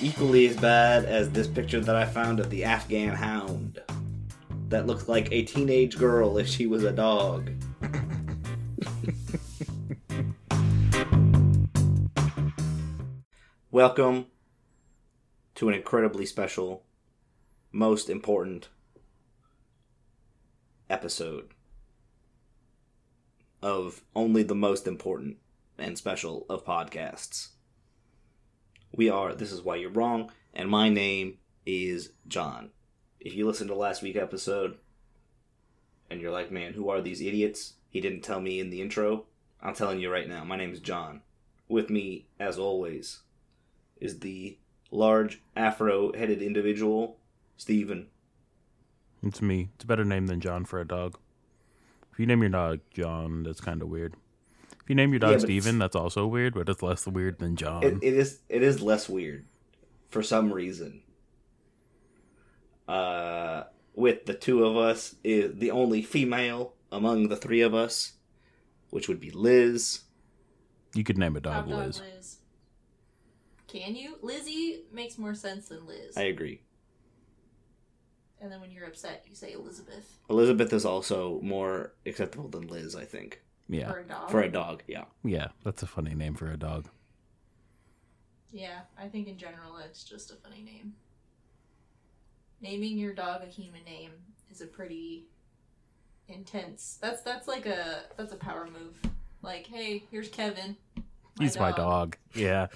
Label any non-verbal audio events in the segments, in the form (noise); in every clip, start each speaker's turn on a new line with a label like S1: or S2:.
S1: equally as bad as this picture that I found of the Afghan hound that looked like a teenage girl if she was a dog. (laughs) Welcome to an incredibly special, most important episode of only the most important and special of podcasts. We are This Is Why You're Wrong, and my name is John. If you listened to last week's episode and you're like, man, who are these idiots? He didn't tell me in the intro. I'm telling you right now, my name is John. With me, as always, is the large afro headed individual, Steven.
S2: It's me. It's a better name than John for a dog. If you name your dog John, that's kind of weird. If you name your
S1: Yeah,
S2: dog
S1: but it's-
S2: Steven, that's also weird, but it's less weird than John.
S1: it, it is it is less weird for some reason. Uh, with the two of us is the only female among the three of us, which would be Liz.
S2: you could name a dog
S3: Top
S2: Liz.
S3: Liz. Can you? Lizzie makes more sense than Liz.
S1: I agree.
S3: And then when you're upset, you say Elizabeth
S1: Elizabeth is also more acceptable than Liz, I think,
S2: Yeah.
S3: or a dog.
S1: for a dog. Yeah,
S2: Yeah. That's a funny name for a dog.
S3: Yeah, I think in general it's just a funny name. Naming your dog a human name is a pretty intense. That's that's like a that's a power move. Like, hey, here's Kevin.
S2: He's my dog. (laughs) Yeah.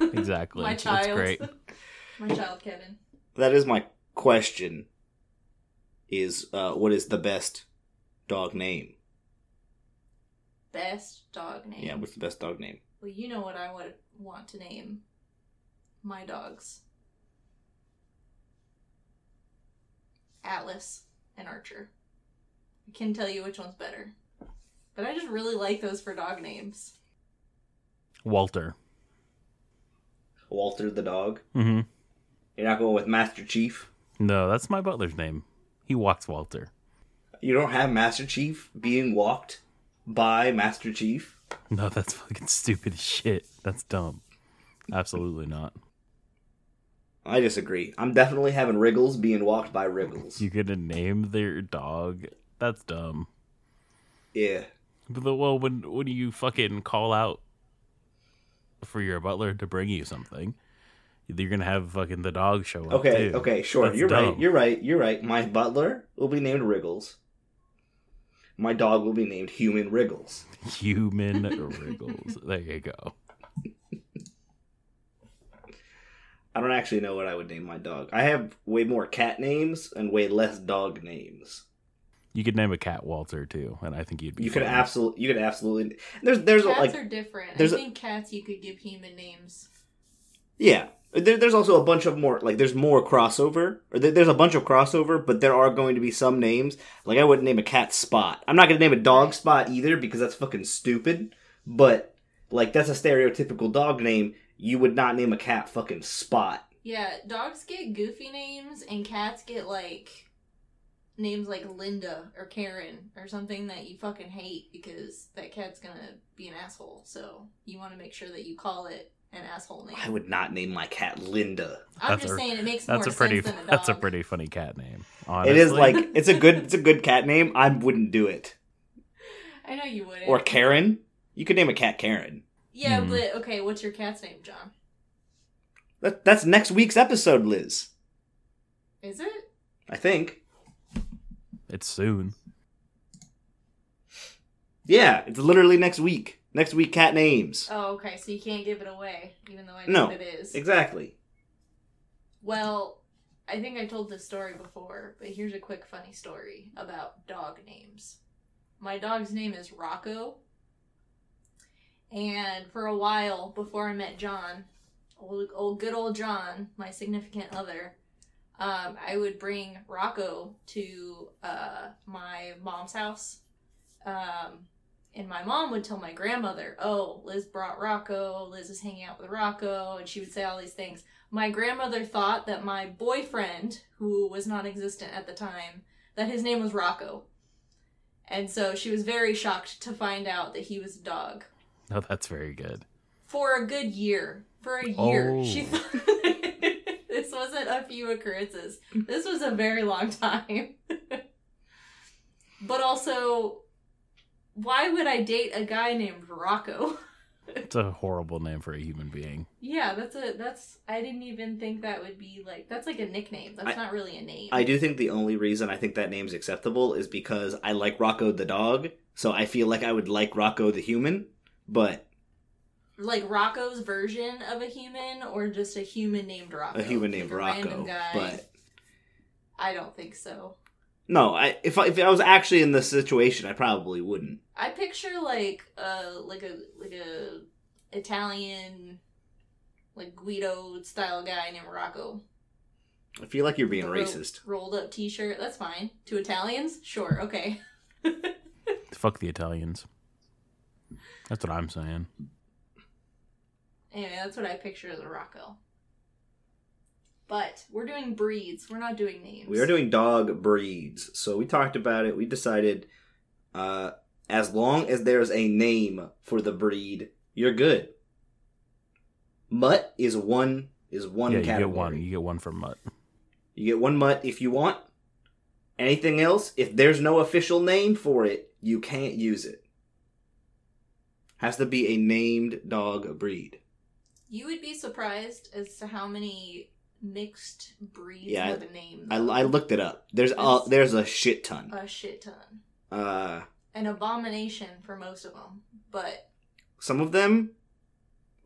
S2: Exactly.
S3: My
S2: It's
S3: child.
S2: great.
S3: (laughs) my child Kevin.
S1: that is my question. Is uh, what is the best dog name?
S3: Best dog name.
S1: Yeah, what's the best dog name?
S3: Well, you know what I would want to name my dogs Atlas and Archer. I can tell you which one's better. But I just really like those for dog names.
S2: Walter.
S1: Walter the dog.
S2: hmm
S1: You're not going with Master Chief.
S2: No, that's my butler's name. He walks Walter.
S1: You don't have Master Chief being walked by Master Chief.
S2: No, that's fucking stupid as shit. That's dumb. Absolutely not.
S1: I disagree. I'm definitely having Wriggles being walked by Wriggles.
S2: You're gonna name their dog? That's dumb.
S1: Yeah.
S2: But the- well, when when you fucking call out for your butler to bring you something, you're gonna have fucking the dog show up.
S1: Okay,
S2: too.
S1: okay, sure.
S2: That's
S1: you're right.
S2: dumb.
S1: You're right. You're right. My butler will be named Wriggles. My dog will be named Human Wriggles.
S2: (laughs) Human wriggles. There you go.
S1: I don't actually know what I would name my dog. I have way more cat names and way less dog names.
S2: You could name a cat Walter too, and I think you'd be.
S1: You could
S2: fine.
S1: absolutely you could absolutely There's there's
S3: cats
S1: like
S3: are different. I
S1: there's a-
S3: think cats you could give human names.
S1: Yeah. There, there's also a bunch of more, like, there's more crossover. Or there, there's a bunch of crossover, but there are going to be some names. Like, I wouldn't name a cat Spot. I'm not going to name a dog Spot either because that's fucking stupid. But, like, that's a stereotypical dog name. You would not name a cat fucking Spot.
S3: Yeah, dogs get goofy names and cats get like names like Linda or Karen or something that you fucking hate because that cat's gonna be an asshole. So you want to make sure that you call it an asshole name.
S1: I would not name my cat Linda.
S3: I'm
S2: That's
S3: just
S2: a-
S3: saying it makes
S2: That's
S3: more
S2: a pretty.
S3: sense than a
S2: (laughs)
S3: dog.
S2: That's a pretty funny cat name. Honestly.
S1: It is like it's a good it's a good cat name. I wouldn't do it.
S3: I know you wouldn't.
S1: Or Karen. You could name a cat Karen.
S3: yeah,
S2: Hmm.
S3: but okay. What's your cat's name, John?
S1: That, that's next week's episode, Liz.
S3: Is it?
S1: I think.
S2: It's soon.
S1: Yeah, it's literally next week. Next week, cat names.
S3: Oh, okay. So you can't give it away, even though I know
S1: No.
S3: what it is.
S1: Exactly.
S3: Well, I think I told this story before, but here's a quick funny story about dog names. My dog's name is Rocco. And for a while before I met John, old, old good old John, my significant other, um, I would bring Rocco to uh, my mom's house. Um, and my mom would tell my grandmother, Oh, Liz brought Rocco. Liz is hanging out with Rocco. And she would say all these things my grandmother thought that my boyfriend, who was non existent at the time, that his name was Rocco. And so she was very shocked to find out that he was a dog.
S2: No, that's Oh, very good.
S3: For a good year. For a year.
S2: Oh.
S3: She thought (laughs) wasn't a few occurrences. This was a very long time. but also, why would I date a guy named Rocco? (laughs)
S2: It's a horrible name for a human being.
S3: Yeah, that's a that's. I didn't even think that would be like that's like a nickname. That's not really a name.
S1: I do think the only reason I think that name's acceptable is because I like Rocco the dog, so I feel like I would like Rocco the human, but
S3: like Rocco's version of a human, or just a human named Rocco.
S1: a human named
S3: Like, a
S1: Rocco.
S3: random guy.
S1: But
S3: I don't think so.
S1: no, I, if I, if I was actually in this situation, I probably wouldn't.
S3: I picture like uh like a like a Italian like Guido style guy named Rocco.
S1: I feel like you're being
S3: The ro-
S1: racist.
S3: Rolled up t shirt, that's fine. To Italians? Sure, okay.
S2: Fuck the Italians. That's what I'm saying.
S3: Anyway, that's what I picture as a Rocco. But we're doing breeds, we're not doing names.
S1: We are doing dog breeds. So we talked about it. We decided uh, as long as there's a name for the breed, you're good. Mutt is one is one
S2: yeah,
S1: category.
S2: you get one. You get one from Mutt.
S1: You get one mutt if you want. Anything else, if there's no official name for it, you can't use it. Has to be a named dog breed.
S3: You would be surprised as to how many mixed breeds
S1: Yeah, I-
S3: have a name.
S1: I, I looked it up. There's a,
S3: Yes.
S1: there's a shit ton.
S3: a shit ton.
S1: Uh,
S3: An abomination for most of them, but
S1: some of them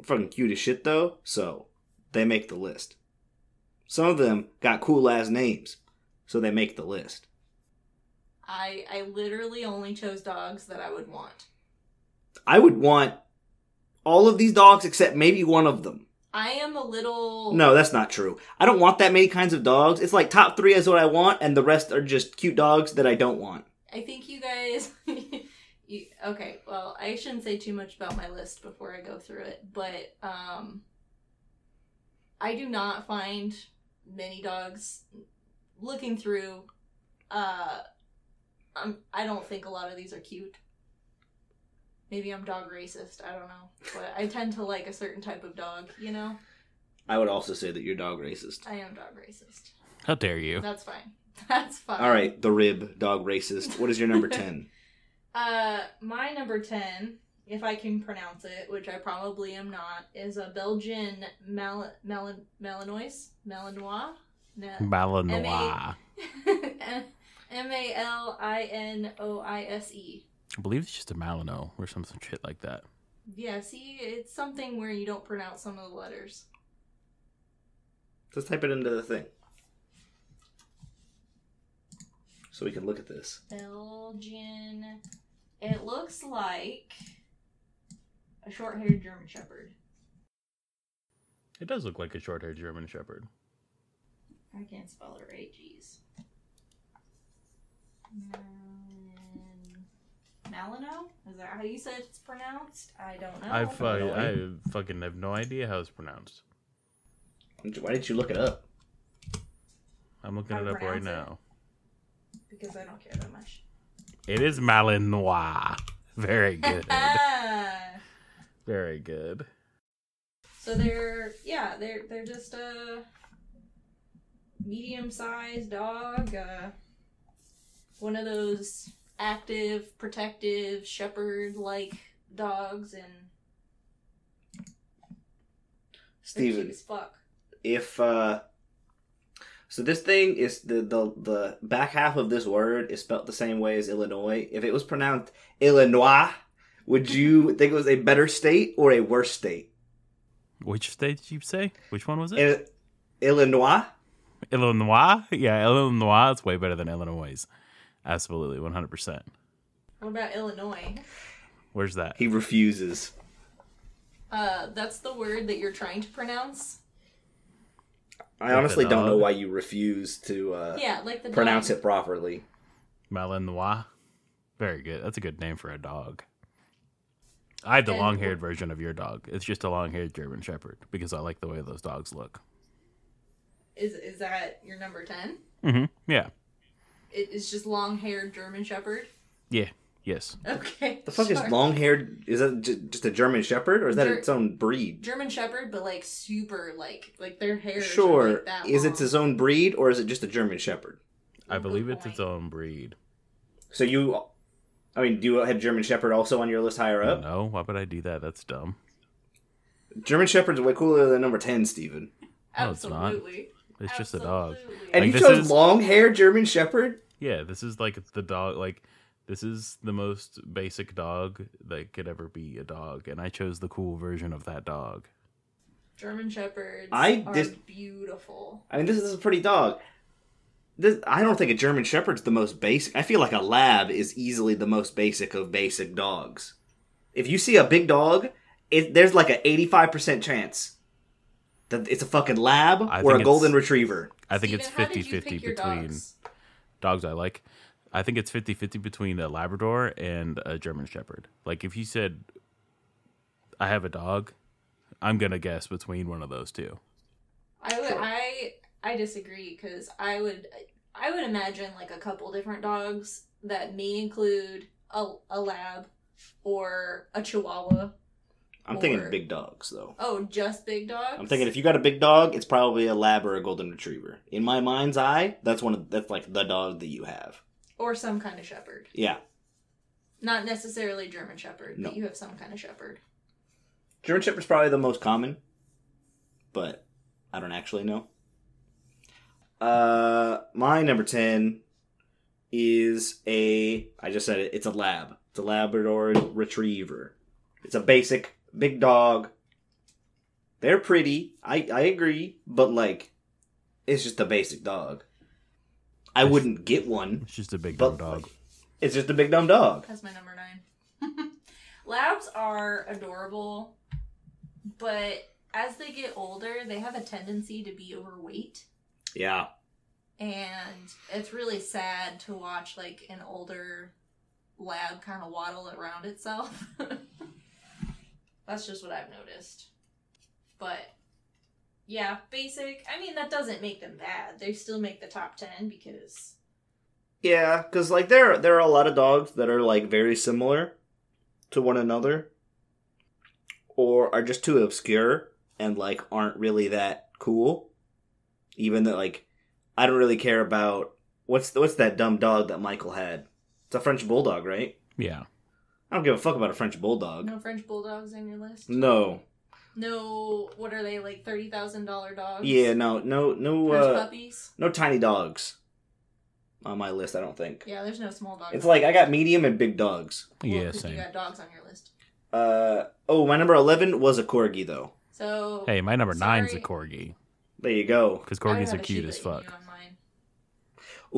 S1: are fucking cute as shit though, so they make the list. Some of them got cool ass names, so they make the list.
S3: I I literally only chose dogs that I would want.
S1: I would want all of these dogs except maybe one of them.
S3: I am a little
S1: No, that's not true. I don't want that many kinds of dogs. It's like top three is what I want, and the rest are just cute dogs that I don't want.
S3: I think you guys. (laughs) you, okay, well, I shouldn't say too much about my list before I go through it, but um, I do not find many dogs. Looking through, uh, I'm, I don't think a lot of these are cute. Maybe I'm dog racist. I don't know, but I tend to like a certain type of dog. You know,
S1: I would also say that you're dog racist.
S3: I am dog racist.
S2: How dare you?
S3: That's fine. (laughs) That's fine.
S1: All right, the rib dog racist. What is your (laughs) number ten?
S3: Uh, my number 10, if I can pronounce it, which I probably am not, is a Belgian Mal- Mal- Malinois. Malinois? No. (laughs)
S2: Malinois.
S3: M A L I N O I S E.
S2: I believe it's just a Malino or some some shit like that.
S3: Yeah, see, it's something where you don't pronounce some of the letters.
S1: Let's type it into the thing, so we can look at this.
S3: Belgian. It looks like a short haired German Shepherd.
S2: It does look like a short-haired German Shepherd.
S3: I can't spell it right, jeez. Malin- Malino? Is that how you said it's pronounced? I don't know.
S2: I fu- uh, I
S1: Malinois.
S2: fucking have no idea how it's pronounced.
S1: Why didn't you look it up?
S2: I'm looking
S3: How
S2: it
S3: to
S2: up right
S3: pronounce it?
S2: now.
S3: because I don't care that much.
S2: It is Malinois. Very
S3: (laughs)
S2: good. Very good.
S3: Ah, so they're yeah, they're they're just a medium sized dog, uh, one of those active, protective, shepherd like dogs and they're cute
S1: Steven,
S3: as fuck.
S1: if uh so this thing is the the the back half of this word is spelt the same way as Illinois. If it was pronounced Illinois, would you think it was a better state or a worse state?
S2: Which state did you say? Which one was it?
S1: Il- Illinois?
S2: Illinois? Yeah, Illinois is way better than Illinois. Absolutely, 100%.
S3: What about Illinois?
S2: Where's that?
S1: He refuses.
S3: Uh, that's the word that you're trying to pronounce.
S1: I honestly don't know
S2: dog.
S1: why you refuse to uh
S3: yeah, like the
S1: pronounce
S3: dog.
S1: it properly.
S2: Malinois? Very good. That's a good name for a dog. I had the
S3: And-
S2: long haired version of your dog. It's just a long haired German Shepherd because I like the way those dogs look.
S3: Is is that your number ten?
S2: Mm hmm. Yeah.
S3: It is just long haired German Shepherd. (laughs)
S2: Yeah. Yes.
S3: Okay.
S1: The fuck
S3: sure.
S1: is long haired? Is that j- just a German Shepherd, or is that
S3: Ger-
S1: its own breed?
S3: German Shepherd, but like super like like their hair. is,
S1: sure.
S3: Like that
S1: is it
S3: long.
S1: its own breed, or is it just a German Shepherd?
S2: I
S3: Good
S2: believe it's
S3: point.
S2: its own breed.
S1: So you, I mean, do you have German Shepherd also on your list higher up?
S2: No, why would I do that? That's dumb.
S1: German Shepherd's way cooler than number ten, Steven.
S2: No, it's not.
S3: Absolutely.
S2: It's just a dog.
S3: Absolutely.
S1: And
S2: Like,
S1: you
S2: this
S1: chose
S2: is-
S1: long haired German Shepherd.
S2: Yeah, this is like the dog. Like this is the most basic dog that could ever be a dog, and I chose the cool version of that dog.
S3: German Shepherds
S1: I
S3: are
S1: dis-
S3: beautiful.
S1: I mean, this is a pretty dog. This, I don't think a German Shepherd's the most basic. I feel like a lab is easily the most basic of basic dogs. If you see a big dog, it, there's like an 85% chance that it's a fucking lab
S2: I
S1: or
S2: think
S1: a golden
S2: it's-
S1: retriever.
S2: I think
S3: Steven,
S2: it's
S3: how did
S2: 50
S3: you pick
S2: 50
S3: your
S2: between
S3: dogs?
S2: dogs I like. I think it's 50 50 between a Labrador and a German Shepherd. Like, if you said, I have a dog, I'm going to guess between one of those two.
S3: I would,
S1: Sure.
S3: I I disagree because I would I would imagine like a couple different dogs that may include a, a lab or a chihuahua.
S1: I'm thinking
S3: Or-
S1: big dogs, though.
S3: Oh, just big dogs.
S1: I'm thinking if you got a big dog, it's probably a lab or a golden retriever. In my mind's eye, that's one of that's like the dog that you have.
S3: or some kind of shepherd,
S1: Yeah.
S3: not necessarily German shepherd,
S1: No.
S3: but you have some kind of shepherd.
S1: German Shepherd's probably the most common, but I don't actually know. Uh, my number ten is a. I just said it. It's a lab. It's a Labrador Retriever. It's a basic big dog. They're pretty. I I agree, but like, it's just a basic dog. I
S2: It's-
S1: wouldn't get one,
S2: It's just a big dumb
S1: but
S2: dog.
S1: like, it's just a big dumb dog.
S3: That's my number nine. (laughs) Labs are adorable, but as they get older, they have a tendency to be overweight.
S1: Yeah,
S3: and it's really sad to watch like an older lab kind of waddle around itself (laughs) that's just what i've noticed but yeah basic i mean that doesn't make them bad they still make the top 10 because
S1: Yeah, because like there there are a lot of dogs that are like very similar to one another, or are just too obscure and like aren't really that cool. Even that like I don't really care about what's what's that dumb dog that Michael had. It's a French bulldog, right?
S2: Yeah.
S1: I don't give a fuck about a French bulldog.
S3: no french bulldogs on your list
S1: No.
S3: no what are they like $30000 dogs
S1: Yeah. No. No. No.
S3: French
S1: Uh,
S3: puppies
S1: no tiny dogs on my list. I don't think.
S3: yeah there's no small dogs
S1: It's like I got medium and big dogs.
S3: Well,
S2: yeah,
S3: 'cause you
S2: same.
S3: got dogs on your list
S1: Uh oh, my number eleven was a corgi though.
S3: so
S2: Hey, my number nine's a
S3: oh, Sorry.
S2: corgi
S1: There you go.
S2: because
S3: I would
S2: corgis
S3: have
S2: are
S3: a
S2: cute
S3: Shiba
S2: as
S3: Inu
S2: fuck.
S3: on mine.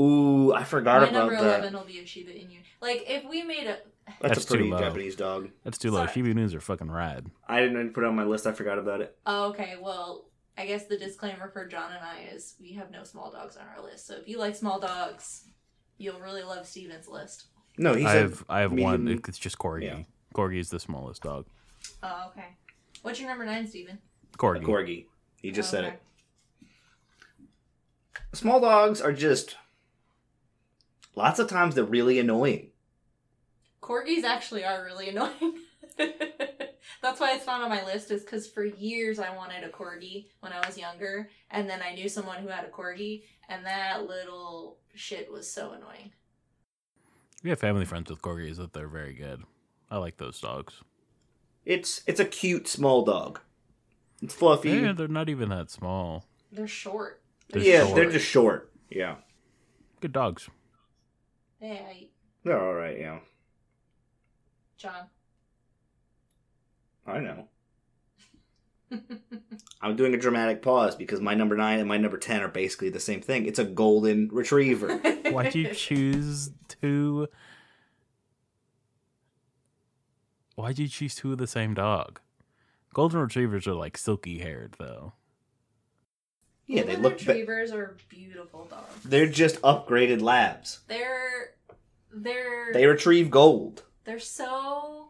S1: Ooh, I forgot
S3: My
S1: about
S3: number
S1: that.
S3: eleven will be a Shiba Inu. Like if we made a
S1: That's,
S2: That's
S1: a
S2: too
S1: pretty
S2: low.
S1: Japanese dog.
S2: That's too low.
S3: Sorry.
S2: Shiba Inus are fucking rad.
S1: I didn't even put it on my list. I forgot about it.
S3: oh, okay, well, I guess the disclaimer for John and I is we have no small dogs on our list. So if you like small dogs, you'll really love Steven's list.
S1: No, he
S2: I
S1: said
S2: have I have one.
S1: medium-
S2: It's just corgi.
S1: Yeah.
S2: Corgi is the smallest dog.
S3: Oh, okay. What's your number nine, Steven?
S1: a
S2: Corgi.
S1: corgi. He just said
S3: Okay.
S1: it. Small dogs are just lots of times they're really annoying.
S3: Corgis actually are really annoying. (laughs) That's why it's not on my list, is because for years I wanted a corgi when I was younger, and then I knew someone who had a corgi, and that little shit was so annoying.
S2: We have family friends with corgis that they're very good. I like those dogs.
S1: It's it's a cute small dog. It's fluffy.
S2: Yeah,
S1: Yeah,
S2: Eh, they're not even that small.
S3: They're short.
S2: They're short.
S1: they're just short. Yeah,
S2: Good dogs.
S3: Yeah, I-
S1: they're all right. Yeah,
S3: John.
S1: I know. (laughs) I'm doing a dramatic pause because my number nine and my number ten are basically the same thing. It's a golden
S3: (laughs)
S1: retriever.
S2: Why'd you choose two? Why'd you choose two of the same dog? Golden retrievers are like silky haired though.
S1: yeah, they
S3: Golden
S1: look. Be-
S3: Retrievers are beautiful dogs.
S1: they're just upgraded labs.
S3: They're they're
S1: They retrieve gold.
S3: they're so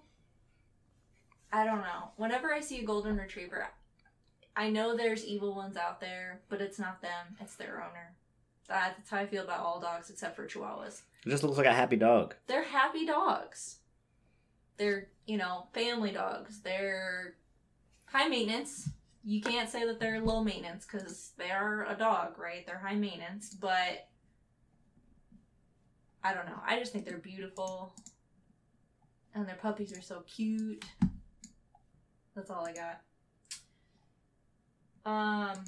S3: I don't know. Whenever I see a golden retriever, I know there's evil ones out there, but it's not them. It's their owner. That- That's how I feel about all dogs except for Chihuahuas.
S1: It just looks like a happy dog.
S3: They're happy dogs. They're, you know, family dogs. They're high maintenance. You can't say that they're low maintenance because they are a dog, right? They're high maintenance, but I don't know. I just think they're beautiful. And their puppies are so cute. That's all I got. Um,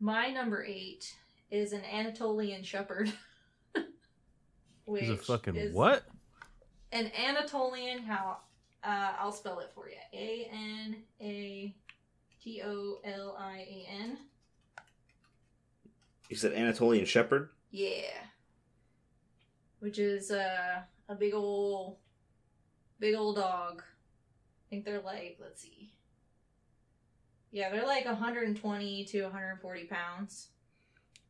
S3: my number eight is an Anatolian Shepherd. (laughs) which
S2: He's a fucking
S3: is
S2: what?
S3: An Anatolian, how? Uh, I'll spell it for you. A N A T O L I A N.
S1: You said Anatolian Shepherd?
S3: Yeah. Which is uh, a big old, big old dog. I think they're like, let's see. Yeah, they're like 120 to 140 pounds.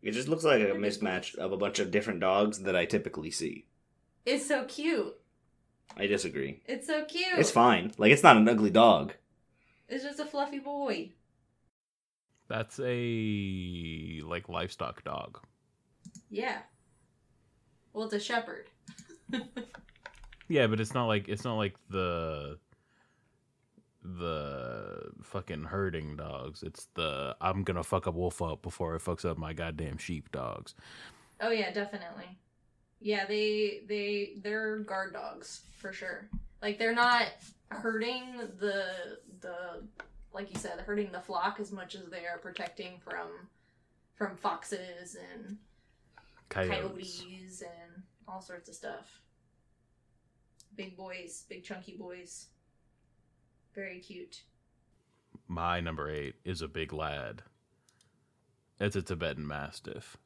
S1: It just looks like a mismatch of a bunch of different dogs that I typically see.
S3: It's so cute.
S1: I disagree.
S3: It's so cute.
S1: It's fine. Like, it's not an ugly dog.
S3: It's just a fluffy boy.
S2: That's a like livestock dog.
S3: Yeah. Well, it's a shepherd.
S2: Yeah, but it's not like it's not like the the fucking herding dogs. It's the I'm gonna fuck a wolf up before it fucks up my goddamn sheep dogs.
S3: Oh yeah, definitely. Yeah, they they they're guard dogs for sure. Like they're not hurting the the like you said, hurting the flock as much as they are protecting from from foxes and
S2: Coyotes.
S3: coyotes and all sorts of stuff. Big boys, big chunky boys. Very cute.
S2: My number eight is a big lad. It's a Tibetan Mastiff.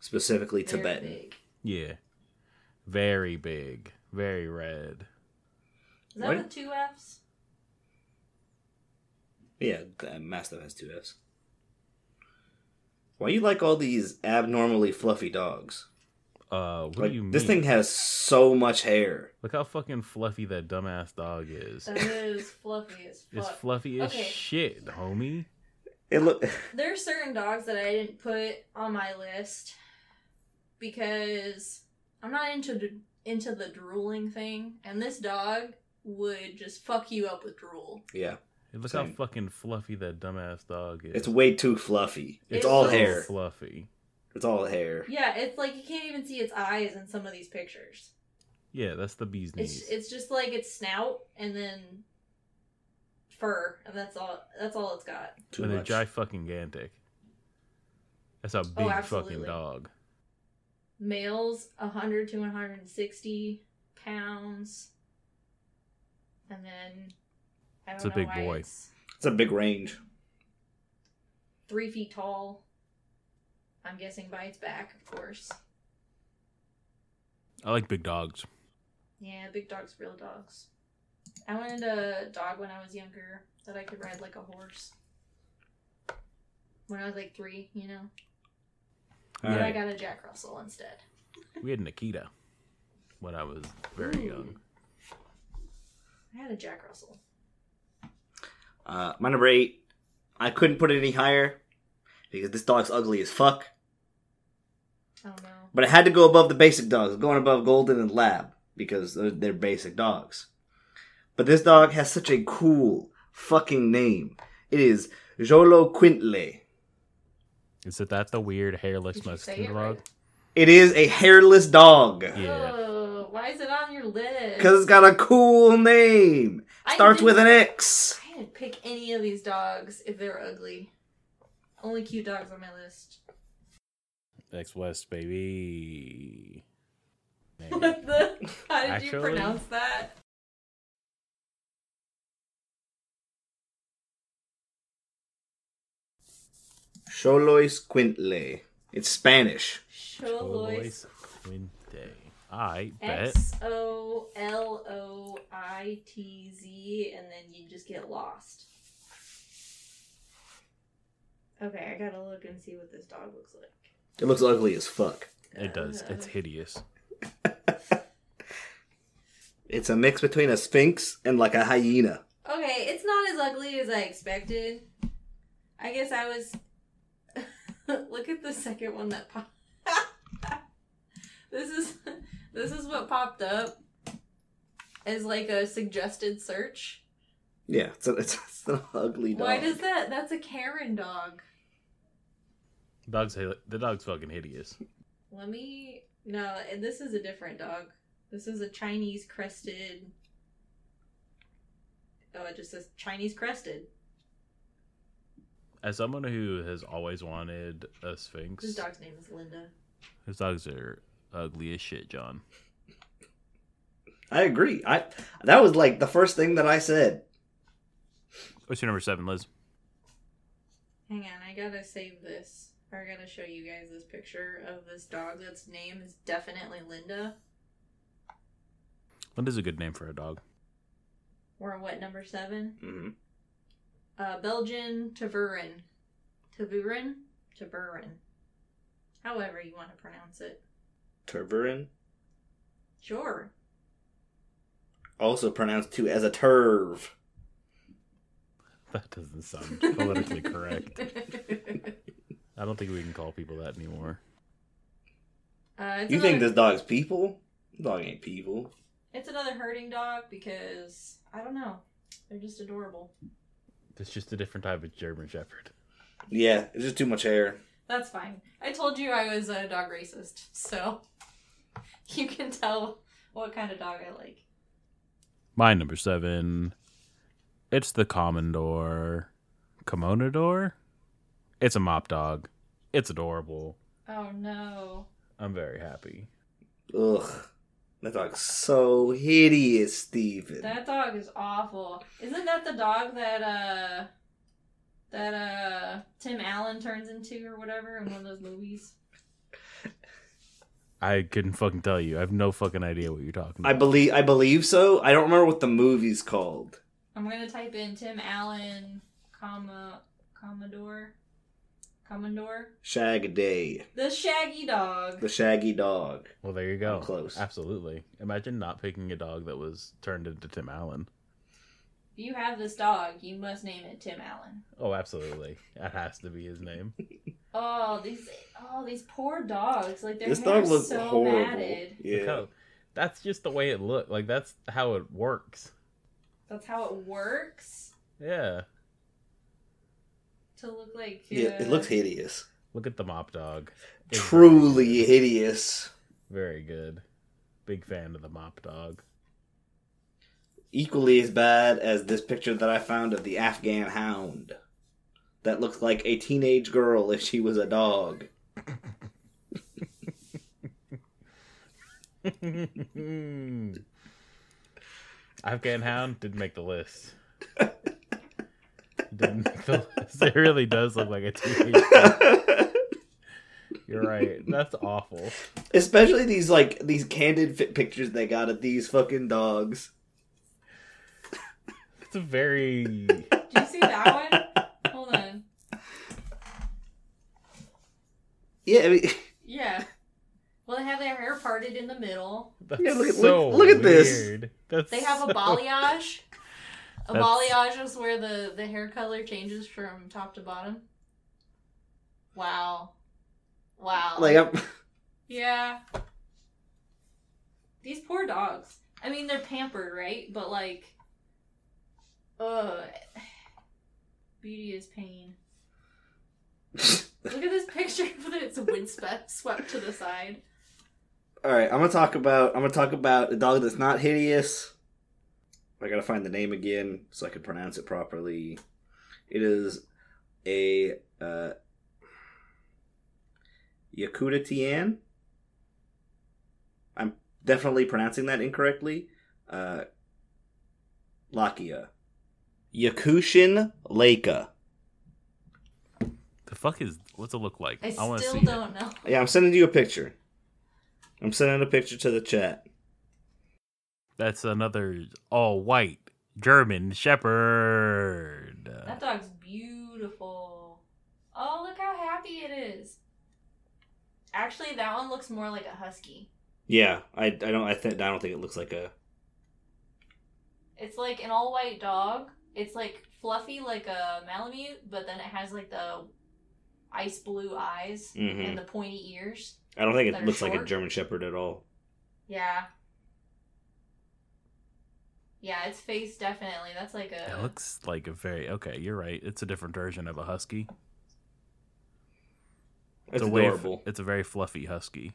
S1: Specifically
S3: Very
S1: Tibetan.
S3: big.
S2: Yeah. Very big. Very red.
S3: Is that
S1: What?
S3: with two F's?
S1: Yeah, the Mastiff has two Fs. Why you like all these abnormally fluffy dogs?
S2: Uh what
S1: like,
S2: do you mean?
S1: This thing has so much hair.
S2: Look how fucking fluffy that dumbass dog is.
S3: That is fluffy as fuck.
S2: It's fluffy as
S3: Okay.
S2: shit, homie.
S1: It look. (laughs)
S3: There are certain dogs that I didn't put on my list because I'm not into the, into the drooling thing, and this dog would just fuck you up with drool.
S1: Yeah,
S2: Look how
S1: Same.
S2: fucking fluffy that dumbass dog is.
S1: it's way too fluffy. It's
S3: It
S1: all
S3: looks-
S1: hair.
S2: Fluffy.
S1: It's all hair.
S3: Yeah, it's like you can't even see its eyes in some of these pictures.
S2: Yeah, that's the bee's
S3: It's
S2: knees.
S3: it's just like its snout and then fur, and that's all that's all it's got.
S1: Too
S2: and
S1: much.
S2: they're fucking gigantic. That's a big fucking
S3: Oh, absolutely.
S2: dog.
S3: males 100 to 160 pounds and then I don't
S2: It's a
S3: know
S2: big
S3: why
S2: boy.
S3: it's
S1: it's a big range.
S3: three feet tall I'm guessing by its back of course
S2: I like big dogs.
S3: yeah big dogs real dogs I wanted a dog when I was younger that I could ride like a horse when I was like three you know
S1: All
S3: but I
S1: right.
S3: got a Jack Russell instead
S2: We had Nikita when I was very
S3: Ooh.
S2: young.
S3: I had a Jack Russell
S1: Uh, my number eight. I couldn't put it any higher because this dog's ugly as fuck.
S3: I don't know
S1: But I had to go above the basic dogs, going above Golden and Lab because they're, they're basic dogs. But this dog has such a cool fucking name. It is Jolo Quintle.
S2: Is it that the weird hairless
S3: Did you say
S2: Mexican
S3: it
S2: dog?
S3: right?
S1: It is a hairless dog
S2: Yeah.
S3: Ugh, why is it on your list
S1: because it's got a cool name.
S3: I
S1: Starts
S3: didn't-
S1: with an X.
S3: I didn't pick any of these dogs if they're ugly. Only cute dogs on my list.
S2: X West, baby. Man.
S3: (laughs) What the? How did you
S2: Actually-
S3: pronounce that?
S1: Jolois Quintle. It's Spanish.
S3: Xolois.
S2: Fuente. I bet.
S3: X O L O I T Z, and then you just get lost. Okay, I gotta look and see what this dog looks like.
S1: It looks ugly as fuck.
S2: It does. It's
S3: Uh,
S2: hideous.
S1: It's a mix between a sphinx and like a hyena.
S3: Okay, it's not as ugly as I expected. I guess I was (laughs) Look at the second one that popped. (laughs) this is (laughs) this is what popped up as like a suggested search.
S1: Yeah, it's, a, it's, (laughs) it's an ugly dog.
S3: Why does that? That's a Karen dog.
S2: Dogs, hate- the dog's fucking hideous.
S3: Let me. No, and this is a different dog. This is a Chinese crested. Oh, it just says Chinese crested.
S2: As someone who has always wanted a sphinx,
S3: This dog's name is Linda.
S2: his dogs are ugly as shit, John.
S1: I agree. I that was like the first thing that I said.
S2: What's your number seven, Liz?
S3: Hang on, I gotta save this. Or I gotta show you guys this picture of this dog that's name is definitely Linda.
S2: Linda's a good name for a dog. (laughs)
S3: We're on what, number seven?
S1: hmm
S3: Uh, Belgian Tavurin. Tavurin? Tavurin. However you want to pronounce it.
S1: Turverin,
S3: Sure.
S1: also pronounced too as a turv.
S2: That doesn't
S3: (laughs)
S2: sound politically correct. I don't think we can call people that anymore.
S3: uh, it's
S1: You
S3: another,
S1: think this dog's people? The dog ain't people.
S3: It's another herding dog because, I don't know, they're just adorable.
S2: It's just a different type of German Shepherd.
S1: Yeah, it's just too much hair.
S3: That's fine. I told you I was a dog racist, so (laughs) you can tell what kind of dog I like.
S2: My number seven. It's the Commodore. Commodore? It's a mop dog. It's adorable.
S3: Oh no.
S2: I'm very happy.
S1: Ugh, that dog's so hideous, Steven.
S3: That dog is awful. Isn't that the dog that uh that uh Tim Allen turns into or whatever in one of those movies?
S2: I couldn't fucking tell you. I have no fucking idea what you're talking
S1: I
S2: about.
S1: believe I believe so. I don't remember what the movie's called.
S3: I'm gonna type in Tim Allen comma Commodore Commodore.
S1: Shag Day,
S3: The shaggy dog.
S1: the Shaggy Dog.
S2: well, there you go.
S1: I'm close.
S2: Absolutely. Imagine not picking a dog that was turned into Tim Allen.
S3: If you have this dog, you must name it Tim Allen.
S2: Oh, absolutely. That has to be his name.
S3: Oh, these oh these poor dogs. Like their
S1: this
S3: hair
S1: dog
S3: is
S1: looks
S3: so
S1: horrible.
S3: matted.
S2: Look
S1: Yeah,
S2: how- that's just the way it looked. Like, that's how it works.
S3: That's how it works
S2: Yeah.
S3: to look like
S1: yeah,
S3: uh,
S1: it looks hideous.
S2: Look at the mop dog. It's
S1: Truly hideous.
S2: Very good. Big fan of the mop (laughs) dog.
S1: Equally as bad as this picture that I found of the Afghan hound. That looks like a teenage girl if she was a
S2: (laughs)
S1: dog.
S2: Afghan Hound didn't make the list. Didn't make the list. It really does look like a teenage. You're right. That's awful.
S1: Especially these like these candid fit pictures they got of these fucking dogs.
S2: It's a very.
S3: Did you see that one?
S1: (laughs)
S3: Hold on.
S1: Yeah, I mean, (laughs)
S3: Yeah. Well, they have their hair parted in the middle.
S2: That's
S1: Yeah, look at-
S2: so
S1: look- look at this.
S2: weird. That's
S3: They have a
S1: (laughs)
S2: so-
S3: balayage. A
S2: That's-
S3: balayage is where the, the hair color changes from top to bottom. Wow. Wow.
S1: like I'm,
S3: yeah. These poor dogs. I mean, they're pampered, right? But, like, ugh. Beauty is pain. Look at this (laughs) picture of it. It's windswept swept to the side.
S1: All right, I'm gonna talk about I'm gonna talk about a dog that's not hideous. I gotta find the name again so I can pronounce it properly. It is a uh, Yakuta Tian. I'm definitely pronouncing that incorrectly. Uh, Lakia, Yakushin Laka.
S2: The fuck is what's it look like?
S3: I
S2: wanna
S3: still
S2: it.
S3: don't know.
S1: Yeah, I'm sending you a picture. I'm sending a picture to the chat.
S2: That's another all white German Shepherd.
S3: That dog's beautiful. Oh, look how happy it is. Actually, that one looks more like a husky.
S1: Yeah, I, I don't I think I don't think it looks like a
S3: It's like an all white dog. It's like fluffy like a Malamute, but then it has like the ice blue eyes
S1: hmm
S3: and the pointy ears.
S1: I don't think
S3: that
S1: it
S3: are
S1: looks like a
S3: short.
S1: German Shepherd at all.
S3: Yeah. Yeah, its face definitely. That's like a.
S2: It looks like a very okay. You're right. It's a different version of a husky.
S1: It's
S2: a way f-
S1: adorable.
S2: it's a very fluffy husky.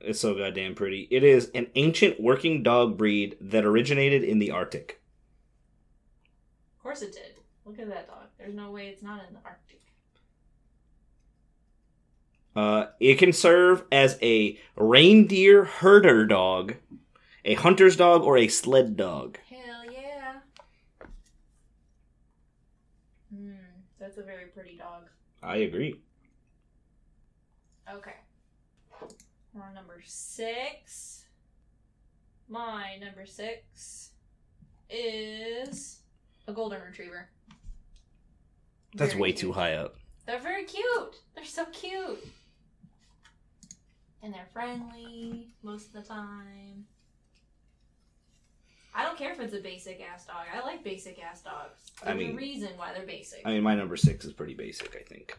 S1: It's so goddamn pretty. It is an ancient working dog breed that originated in the Arctic.
S3: Of course it did. Look at that dog. There's no way it's not in the Arctic.
S1: Uh, it can serve as a reindeer herder dog, a hunter's dog, or a sled dog.
S3: Hell yeah. Hmm, that's a very pretty dog.
S1: I agree.
S3: Okay. We're on number six. My number six is a golden retriever.
S1: That's
S3: Very
S1: way
S3: cute.
S1: too high up.
S3: They're very cute. They're so cute. And they're friendly most of the time. I don't care if it's a basic ass dog. I like basic ass dogs.
S1: I
S3: There's
S1: mean-
S3: a reason why they're basic.
S1: I mean, my number six is pretty basic, I think.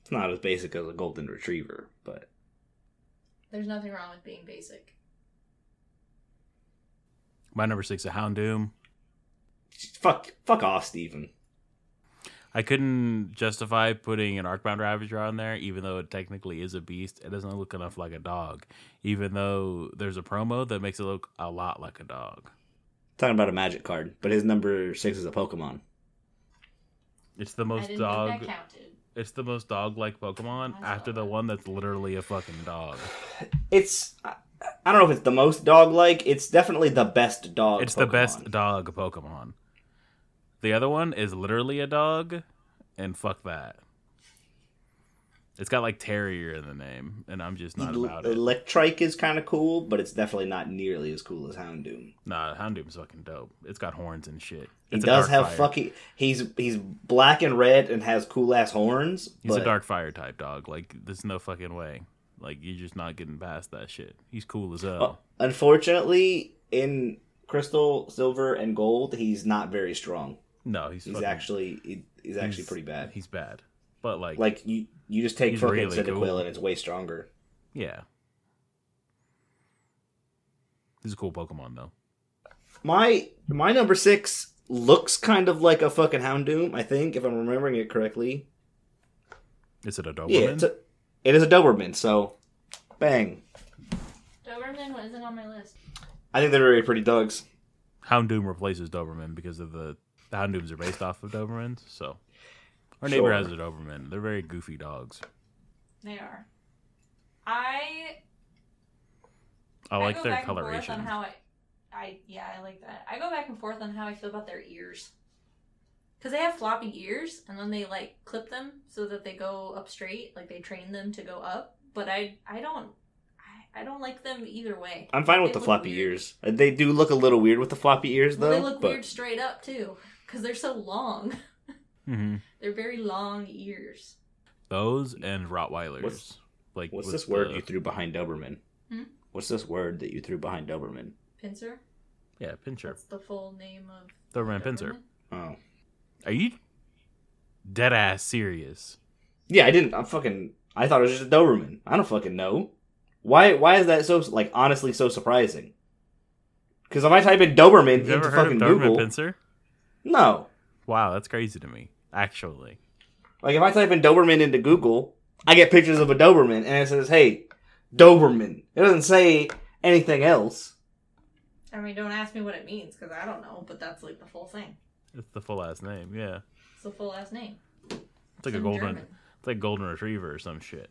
S1: It's not as basic as a golden retriever, but
S3: There's nothing wrong with being basic.
S2: My number six, a houndoom.
S1: fuck, fuck off, Steven.
S2: I couldn't justify putting an Arcbound Ravager on there, even though it technically is a beast. It doesn't look enough like a dog, even though there's a promo that makes it look a lot like a dog.
S1: Talking about a magic card, but his number six is a Pokemon.
S2: It's the
S3: I
S2: most
S3: didn't
S2: dog.
S3: think that counted.
S2: It's the most dog-like Pokemon
S3: I saw
S2: after the
S3: that.
S2: one that's literally a fucking dog.
S1: It's I, I don't know if it's the most dog like. It's definitely the best dog.
S2: it's the best
S1: Pokemon.
S2: dog Pokemon. The other one is literally a dog, and fuck that. It's got like terrier in the name, and I'm just not
S1: El-
S2: about it.
S1: Electrike is kind of cool, but it's definitely not nearly as cool as Houndoom.
S2: Nah, Houndoom's fucking dope. It's got horns and shit.
S1: He
S2: It's a
S1: does
S2: dark
S1: have
S2: fire.
S1: fucking. He's he's black and red and has cool ass horns.
S2: He's
S1: but
S2: a dark fire type dog. Like there's no fucking way. Like you're just not getting past that shit. He's cool as hell.
S1: uh, Oh, Unfortunately, in Crystal, Silver, and Gold, he's not very strong.
S2: no, he's
S1: He's
S2: fucking,
S1: actually he, he's actually pretty bad.
S2: He's bad. But like,
S1: Like you you just take
S2: He's
S1: fucking
S2: really
S1: Cyndaquil
S2: cool.
S1: and it's way stronger.
S2: yeah. He's a cool Pokemon though.
S1: My my number six looks kind of like a fucking Houndoom. I think if I'm remembering it correctly.
S2: Is it a Doberman?
S1: Yeah, it's a, it is a Doberman. So, bang.
S3: Doberman wasn't on my list.
S1: I think they're very pretty dogs.
S2: Houndoom replaces Doberman because of the, the Houndooms are based off of Dobermans. So
S1: Sure.
S2: our neighbor has a Doberman. They're very goofy dogs.
S3: They are. I
S2: I like
S3: go
S2: their
S3: back And forth
S2: coloration.
S3: on how I, I yeah, I like that. I go back and forth on how I feel about their ears. Cause they have floppy ears, and then they like clip them so that they go up straight. Like they train them to go up. But I I don't I, I don't like them either way.
S1: I'm fine with
S3: They
S1: the
S3: look
S1: floppy
S3: weird.
S1: ears. Uh, They do look a little weird with the floppy ears, though.
S3: Well, they look
S1: but
S3: weird straight up too, cause they're so long. (laughs)
S1: Mm-hmm.
S2: hmm
S3: They're very long ears.
S2: Those and Rottweilers.
S1: What's-
S2: like
S1: What's
S2: with
S1: this word
S2: the-
S1: you threw behind Doberman?
S3: Hmm?
S1: What's this word that you threw behind Doberman?
S3: Pincer.
S2: yeah, pincher.
S3: That's the full name of
S2: Doberman pincer.
S1: Oh,
S3: Doberman?
S2: Are you dead ass serious?
S1: yeah. I didn't. I'm fucking. I thought it was just a Doberman. I don't fucking know. Why? Why is that so? Like honestly, so surprising? Because if I type in Doberman
S2: You've
S1: into
S2: ever heard of
S1: fucking
S2: Doberman
S1: Google,
S2: pincer?
S1: no.
S2: Wow, that's crazy to me. Actually,
S1: Like if I type in Doberman into Google, I get pictures of a Doberman and it says, "Hey, Doberman." It doesn't say anything else.
S3: I mean, don't ask me what it means, cause I don't know. But that's like the full thing.
S2: it's the full last name. Yeah,
S3: It's the full last name.
S2: it's like a
S3: in
S2: golden,
S3: German.
S2: it's like golden retriever or some shit.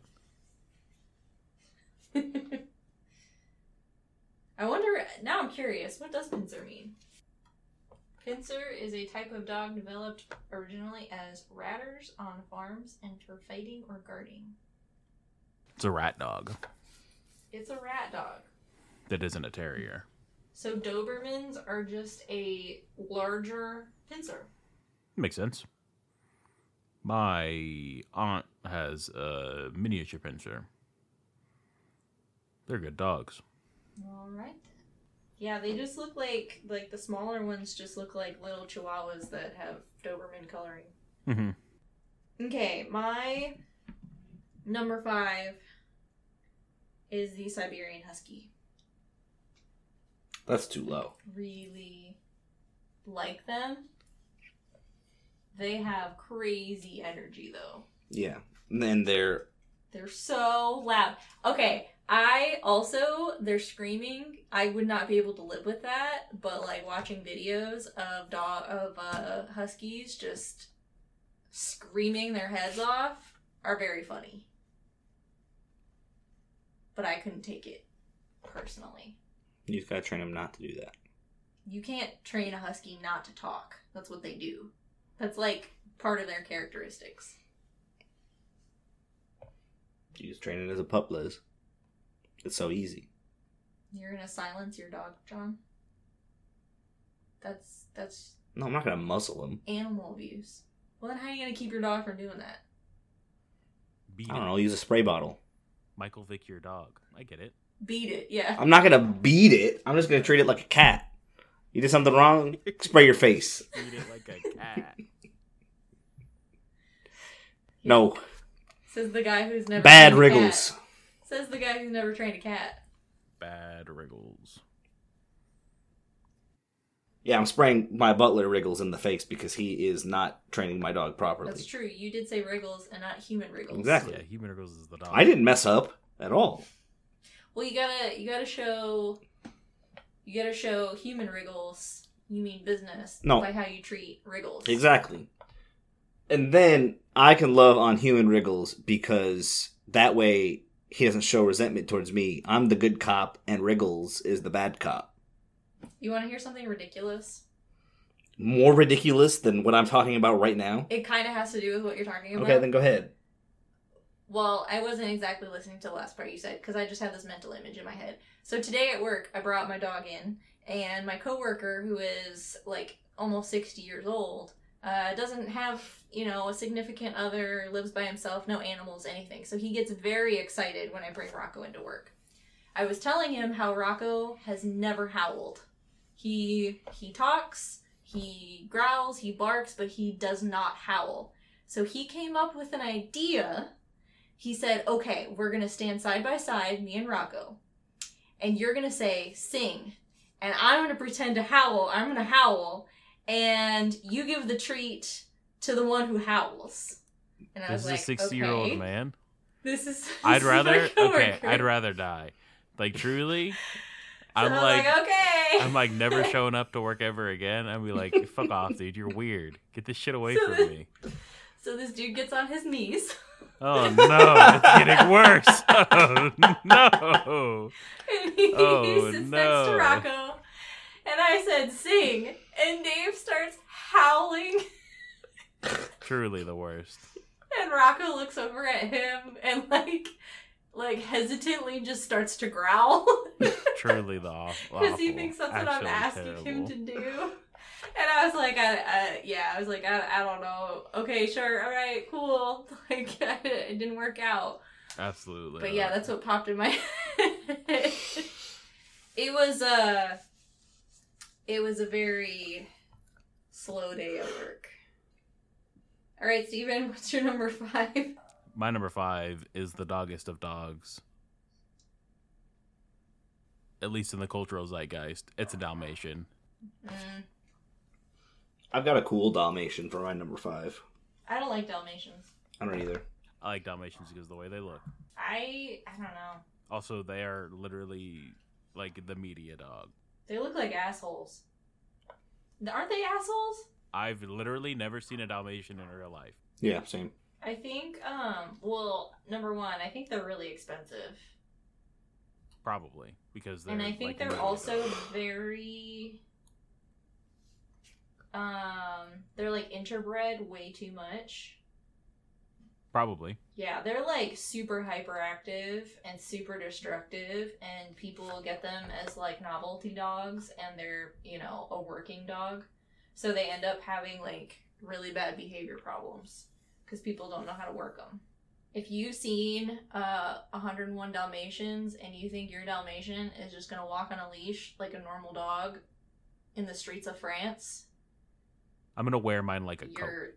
S3: (laughs) I wonder. Now I'm curious. What does pincer mean? Pincer is a type of dog developed originally as ratters on farms and for fighting or guarding.
S2: It's a rat dog
S3: It's a rat dog.
S2: that isn't a terrier.
S3: So Dobermans are just a larger pincer.
S2: Makes sense. My aunt has a miniature pincher. They're good dogs.
S3: All right. then. Yeah, they just look like like the smaller ones just look like little chihuahuas that have Doberman coloring.
S2: Mm-hmm.
S3: Okay, my number five is the Siberian Husky.
S1: That's too low.
S3: Really like them. They have crazy energy though.
S1: Yeah. And then they're
S3: They're so loud. Okay, I also their screaming. I would not be able to live with that, but like watching videos of dog of uh, huskies just screaming their heads off are very funny. But I couldn't take it personally.
S1: you just gotta train them not to do that.
S3: You can't train a husky not to talk. That's what they do. That's like part of their characteristics.
S1: You just train it as a pup, Liz. It's so easy.
S3: You're gonna silence your dog, John. That's that's
S1: No, I'm not gonna muscle them.
S3: animal abuse. Well, then how are you going to keep your dog from doing that?
S2: Beat
S1: I don't
S2: it.
S1: know. Use a spray bottle.
S2: Michael Vick, your dog. I get it.
S3: Beat it, yeah.
S1: I'm not gonna beat it. I'm just gonna treat it like a cat. You did something wrong. Spray your face.
S2: Beat it like a cat.
S1: No
S3: Says the guy who's never
S1: bad
S3: trained a cat.
S1: wriggles.
S3: Says the guy who's never trained a cat.
S2: (laughs) Bad wriggles.
S1: Yeah, I'm spraying my butler wriggles in the face because he is not training my dog properly.
S3: That's true. You did say wriggles and not human wriggles.
S1: Exactly.
S2: Yeah, human wriggles is the dog.
S1: I didn't mess up at all.
S3: Well, you gotta you gotta show you gotta show human wriggles. You mean business
S1: No.
S3: by how you treat wriggles.
S1: Exactly. And then I can love on human wriggles because that way he doesn't show resentment towards me. I'm the good cop, and Wriggles is the bad cop.
S3: You want to hear something ridiculous?
S1: More ridiculous than what I'm talking about right now.
S3: It kind of has to do with what you're talking about.
S1: Okay, then go ahead.
S3: Well, I wasn't exactly listening to the last part you said because I just had this mental image in my head. So today at work, I brought my dog in, and my coworker, who is like almost 60 years old, uh, doesn't have, you know, a significant other, lives by himself, no animals, anything. So he gets very excited when I bring Rocco into work. I was telling him how Rocco has never howled. He he talks, he growls, he barks, but he does not howl. So he came up with an idea he said, okay, we're going to stand side by side, me and Rocco, and you're going to say, sing. And I'm going to pretend to howl. I'm going to howl. And you give the treat to the one who howls. And I
S2: This
S3: was
S2: is
S3: like,
S2: a sixty-year-old
S3: okay, (laughs)
S2: man.
S3: This is. this
S2: I'd
S3: is my
S2: rather.
S3: (laughs)
S2: Okay,
S3: coworker.
S2: I'd rather die. Like truly,
S3: So
S2: I'm
S3: I was
S2: like,
S3: okay.
S2: I'm like never showing up to work ever again. I'd be like, fuck off, dude. You're weird. Get this shit away
S3: So
S2: from
S3: then-
S2: me.
S3: so this dude gets on his knees. (laughs)
S2: Oh no, it's getting worse. (laughs) Oh no.
S3: and he
S2: Oh,
S3: sits next
S2: no.
S3: to Rocco. And I said, sing. And Dave starts howling.
S2: Truly the worst.
S3: And Rocco looks over at him and, like, like hesitantly just starts to growl (laughs)
S2: Truly the aw- awful.
S3: because he thinks that's what I'm
S2: Actually
S3: asking him
S2: terrible.
S3: to do. And I was like, I, I, yeah, I was like, I, I don't know. Okay, sure, all right, cool. (laughs) Like, it didn't work out.
S2: Absolutely.
S3: But yeah,
S2: not.
S3: that's what popped in my (laughs) head. it was a it was a very slow day at work. All right, Steven, (laughs) what's your number 5?
S2: my number five is the doggest of dogs. At least in the cultural zeitgeist, it's a Dalmatian.
S3: Mm,
S1: I've got a cool Dalmatian for my number five.
S3: I don't like Dalmatians.
S1: I don't either.
S2: I like Dalmatians because of the way they look.
S3: I I don't know.
S2: Also, they are literally like the media dog.
S3: They look like assholes. Aren't they assholes?
S2: I've literally never seen a Dalmatian in real life.
S1: Yeah, same.
S3: I think um well, number 1, I think they're really expensive.
S2: Probably because they're
S3: and I think
S2: like,
S3: they're
S2: media
S3: also
S2: dogs.
S3: very um they're like interbred way too much.
S2: probably
S3: Yeah, they're like super hyperactive and super destructive and people get them as like novelty dogs and they're, you know, a working dog. So they end up having like really bad behavior problems cuz people don't know how to work them. If you've seen uh 101 Dalmatians and you think your Dalmatian is just going to walk on a leash like a normal dog in the streets of France,
S2: I'm gonna wear mine like a coat.
S3: you're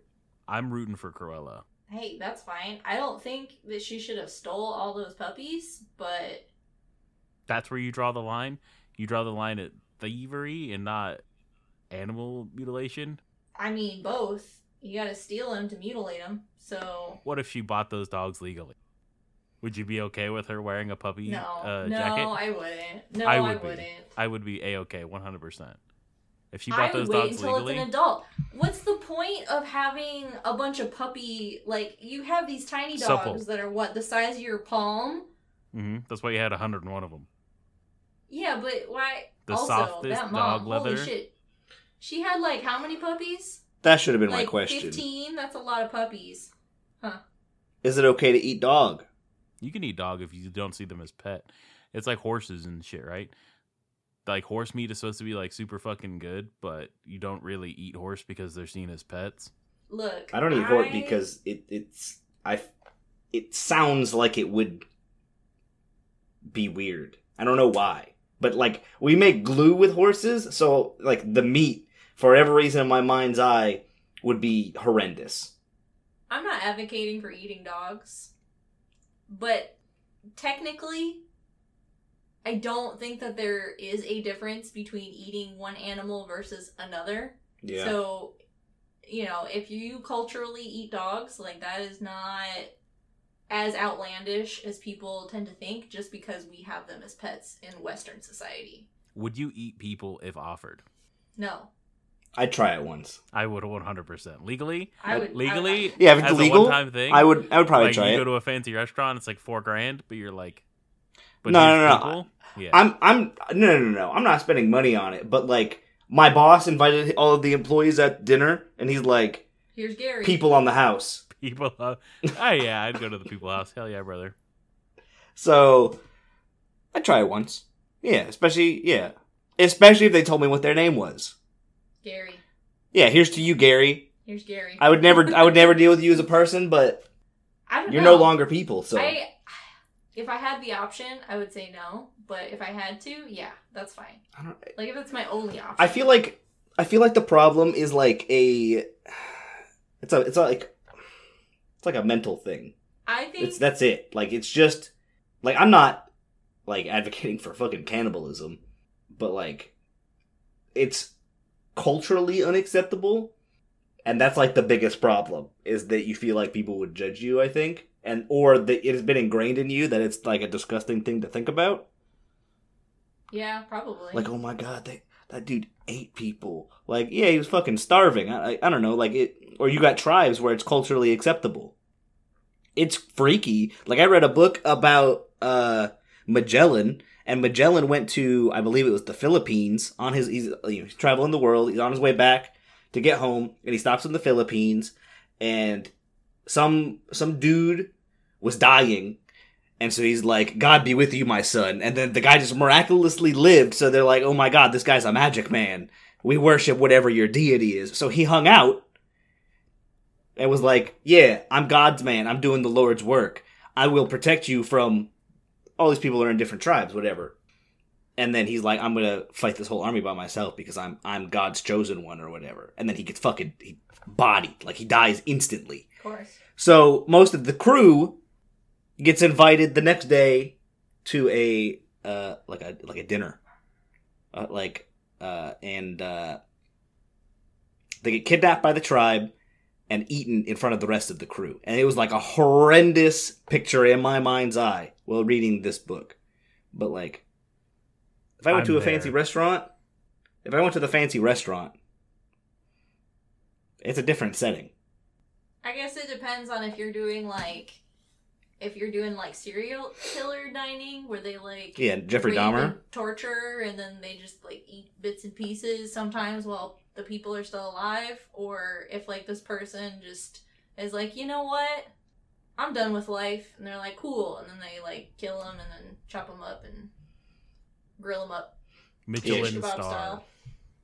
S2: I'm rooting for Cruella.
S3: hey, that's fine. I don't think that she should have stole all those puppies, but
S2: That's where you draw the line. You draw the line at thievery and not animal mutilation.
S3: I mean both. You got to steal them to mutilate them. So
S2: What if she bought those dogs legally? Would you be okay with her wearing a puppy
S3: no,
S2: uh,
S3: no,
S2: jacket?
S3: I wouldn't. No,
S2: I
S3: I,
S2: would be.
S3: wouldn't.
S2: I would be a okay, one hundred percent. If she
S3: I
S2: bought
S3: would
S2: those
S3: wait
S2: dogs
S3: until it's an
S2: legally,
S3: adult. What's the point of having a bunch of puppy? Like you have these tiny dogs
S2: Supple.
S3: that are what the size of your palm.
S2: hmm that's why you had hundred and one of them.
S3: Yeah, but why?
S2: The
S3: also,
S2: softest
S3: that mom,
S2: dog
S3: holy
S2: leather.
S3: shit, she had like how many puppies?
S1: That should have been
S3: like
S1: my question.
S3: fifteen. That's a lot of puppies.
S1: Is it okay to eat dog?
S2: You can eat dog if you don't see them as pet. It's like horses and shit, right? Like horse meat is supposed to be like super fucking good, but you don't really eat horse because they're seen as pets.
S3: Look,
S1: I don't eat horse because it it's I it sounds like it would be weird. I don't know why, but like we make glue with horses, so like the meat for every reason in my mind's eye would be horrendous.
S3: I'm not advocating for eating dogs, but technically, I don't think that there is a difference between eating one animal versus another. So, you know, if you culturally eat dogs, like that is not as outlandish as people tend to think just because we have them as pets in Western society.
S2: Would you eat people if offered?
S3: No.
S1: I'd try it once.
S2: I would 100%. Legally?
S3: I would
S2: Legally?
S1: Yeah, if it's
S2: as
S1: legal,
S2: a one-time thing?
S1: I would I would probably
S2: like,
S1: try
S2: you
S1: it.
S2: go to a fancy restaurant, it's like four grand, but you're like, but
S1: No,
S2: these
S1: no, no,
S2: people? Yeah.
S1: I'm I'm no no no no. I'm not spending money on it, but like my boss invited all of the employees at dinner and he's like
S3: Here's Gary.
S1: people on the house.
S2: (laughs) people. Uh, oh, yeah, I'd go to the people house. Hell yeah, brother.
S1: So I'd try it once. Yeah, especially yeah. Especially if they told me what their name was.
S3: Gary.
S1: Yeah, here's to you, Gary.
S3: Here's Gary.
S1: I would never I would never deal with you as a person, but
S3: (laughs) I don't
S1: you're
S3: know.
S1: no longer people, so
S3: I if I had the option, I would say no, but if I had to, yeah, that's fine.
S1: I don't
S3: Like if it's my only option.
S1: I feel like I feel like the problem is like a it's a it's like it's like a mental thing.
S3: I think
S1: It's that's it. Like it's just like I'm not like advocating for fucking cannibalism, but like it's culturally unacceptable and that's like the biggest problem is that you feel like people would judge you, I think, and or that it has been ingrained in you that it's like a disgusting thing to think about.
S3: yeah, probably.
S1: Like, oh my god, that that dude ate people. Like, yeah, he was fucking starving. I, I, I don't know, like it, or you got tribes where it's culturally acceptable. It's freaky. Like, I read a book about uh, Magellan, and Magellan went to, I believe it was the Philippines on his. He's, you know, he's traveling the world. He's on his way back to get home, and he stops in the Philippines, and some some dude was dying and so he's like, God be with you, my son. And then the guy just miraculously lived. So they're like, oh my God, this guy's a magic man. We worship whatever your deity is. So he hung out and was like, yeah, I'm God's man. I'm doing the Lord's work. I will protect you from all these people are in different tribes, whatever. And then he's like, I'm gonna fight this whole army by myself because I'm I'm God's chosen one or whatever. And then he gets fucking he bodied, like he dies instantly.
S3: of course.
S1: So most of the crew gets invited the next day to a uh, like a like a dinner, uh, like uh, and uh, they get kidnapped by the tribe and eaten in front of the rest of the crew. And it was like a horrendous picture in my mind's eye while reading this book. But like, if I went
S2: I'm
S1: to a
S2: there.
S1: fancy restaurant, if I went to the fancy restaurant, it's a different setting.
S3: I guess it depends on if you're doing like if you're doing like serial killer dining where they like
S1: Yeah, Jeffrey
S3: where you
S1: Dahmer.
S3: can torture and then they just like eat bits and pieces sometimes while the people are still alive or if like this person just is like you know what i'm done with life and they're like cool and then they like kill them and then chop them up and grill them up shish
S2: Michelin
S3: kebab
S2: star.
S3: style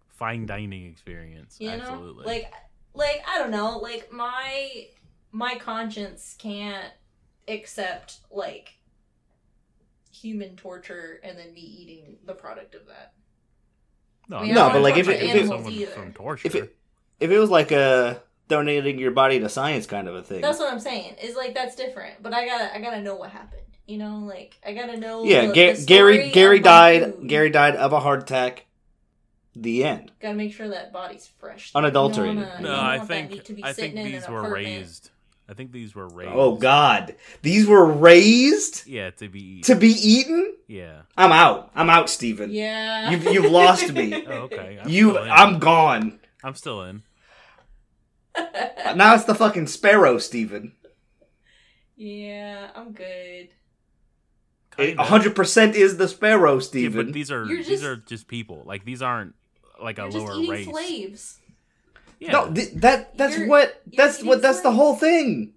S2: Fine dining experience.
S3: you know
S2: Absolutely.
S3: like like i don't know like my my conscience can't accept like human torture and then me eating the product of that
S2: No,
S3: I mean,
S2: I'm
S1: No,
S2: not
S1: but, like,
S2: talking
S1: if it-
S2: about
S1: if
S2: keeping
S1: it-
S2: someone
S3: Animals either.
S2: from torture,
S1: if it if it was like a donating your body to science kind of a thing.
S3: That's what I'm saying. Is like that's different. But I gotta I gotta know what happened. You know, like I gotta know.
S1: yeah,
S3: the-
S1: Ga-
S3: the story
S1: Gary
S3: of
S1: Gary
S3: my
S1: died.
S3: food.
S1: Gary died of a heart attack. The end.
S3: Gotta make sure that body's fresh.
S1: Unadulterated.
S3: You don't wanna- you
S2: No,
S3: don't
S2: I
S3: want that meat
S2: think
S3: to be
S2: I
S3: sitting
S2: think
S3: in an
S2: these were
S3: apartment.
S2: raised. I think these were raised.
S1: Oh God, these were raised
S2: Yeah, to be
S1: to be eaten.
S2: Yeah.
S1: I'm out. I'm out, Steven.
S3: Yeah.
S1: You've- you've lost me.
S3: (laughs)
S2: Oh, okay. I'm
S1: You,
S2: still in.
S1: I'm gone.
S2: I'm still in.
S1: Now it's the fucking sparrow, Steven.
S3: yeah, I'm good.
S1: It
S2: Kinda.
S1: 100% is the sparrow,
S2: Yeah, but
S1: Steven.
S2: these are
S3: You're
S2: these
S3: just-
S2: are just people. Like these aren't like
S3: You're
S2: a
S3: just
S2: lower
S3: eating
S2: race.
S3: slaves.
S2: Yeah.
S1: No, th- that that's
S3: You're-
S1: what
S3: you're
S1: that's
S3: eating
S1: what that's the
S3: slaves.
S1: whole thing.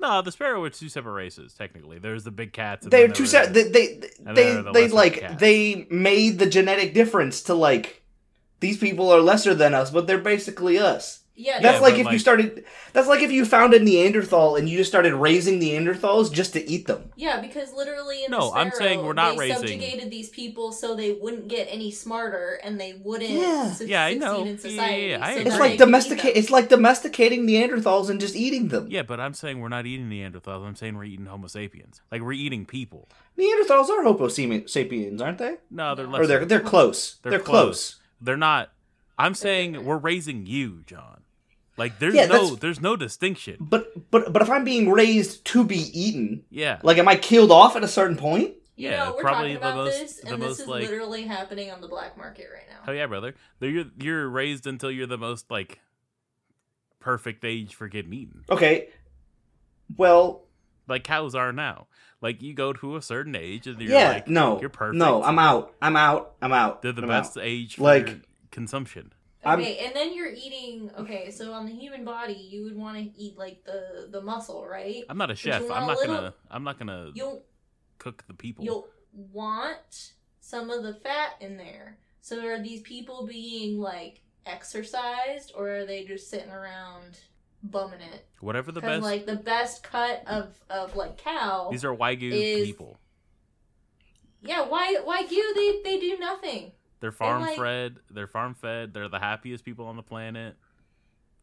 S2: No, the sparrow were two separate races. Technically, there's the big cats. and
S1: They're
S2: then
S1: two
S2: there were-
S1: separate. They they
S2: and
S1: they,
S2: there are the
S1: they
S2: lesser
S1: like
S2: cats.
S1: they made the genetic difference to like these people are lesser than us, but they're basically us.
S3: Yeah.
S1: That's
S2: Yeah,
S1: like
S2: but,
S1: if you
S2: like-
S1: started. That's like if you found a Neanderthal and you just started raising Neanderthals just to eat them.
S3: Yeah, because literally in
S2: No,
S3: the Sparrow,
S2: I'm saying we're not
S3: they
S2: raising-
S3: subjugated these people so they wouldn't get any smarter and they wouldn't
S1: Yeah.
S3: su-
S2: Yeah, I
S3: succeed
S2: know.
S3: in society.
S2: Yeah, yeah, I
S3: so
S2: agree.
S1: It's
S3: now
S1: like
S3: they can eat
S1: domesticate.
S3: them.
S1: It's like domesticating Neanderthals and just eating them.
S2: Yeah, but I'm saying we're not eating Neanderthals. I'm saying we're eating Homo sapiens. Like we're eating people.
S1: Neanderthals are Homo semi- sapiens, aren't they?
S2: No, they're
S3: No.
S2: less.
S1: or they're they're close. They're,
S2: They're
S1: close.
S2: They're not. I'm saying
S3: different.
S2: we're raising you, John. Like there's
S1: Yeah,
S2: no
S1: that's-
S2: there's no distinction.
S1: But but but if I'm being raised to be eaten,
S2: Yeah.
S1: like am I killed off at a certain point?
S3: You
S2: Yeah,
S3: know, we're
S2: probably
S3: talking
S2: the
S3: about
S2: most-
S3: this,
S2: the
S3: and
S2: most,
S3: this is
S2: like-
S3: literally happening on the black market right now.
S2: Hell Oh, yeah, brother. They're, you're you're raised until you're the most like perfect age for getting eaten.
S1: Okay. Well,
S2: Like cows are now. Like you go to a certain age and you're
S1: yeah,
S2: like
S1: no,
S2: you're perfect.
S1: No, I'm out. I'm out. I'm out.
S2: they're the
S1: I'm
S2: best
S1: out.
S2: age for
S1: Like-
S2: consumption.
S1: I'm-
S3: Okay, and then you're eating. Okay, so on the human body, you would want to eat like the the muscle, right?
S2: I'm not a chef.
S3: want
S2: I'm
S3: a
S2: not
S3: little-
S2: gonna I'm not gonna
S3: You'll
S2: cook the people.
S3: you'll want some of the fat in there. So are these people being like exercised, or are they just sitting around bumming it?
S2: Whatever the best
S3: Because like the best cut of of like cow.
S2: these are Wagyu
S3: is-
S2: people.
S3: yeah, why why you they they do nothing.
S2: They're farm
S3: like-
S2: fed. They're farm fed. They're the happiest people on the planet.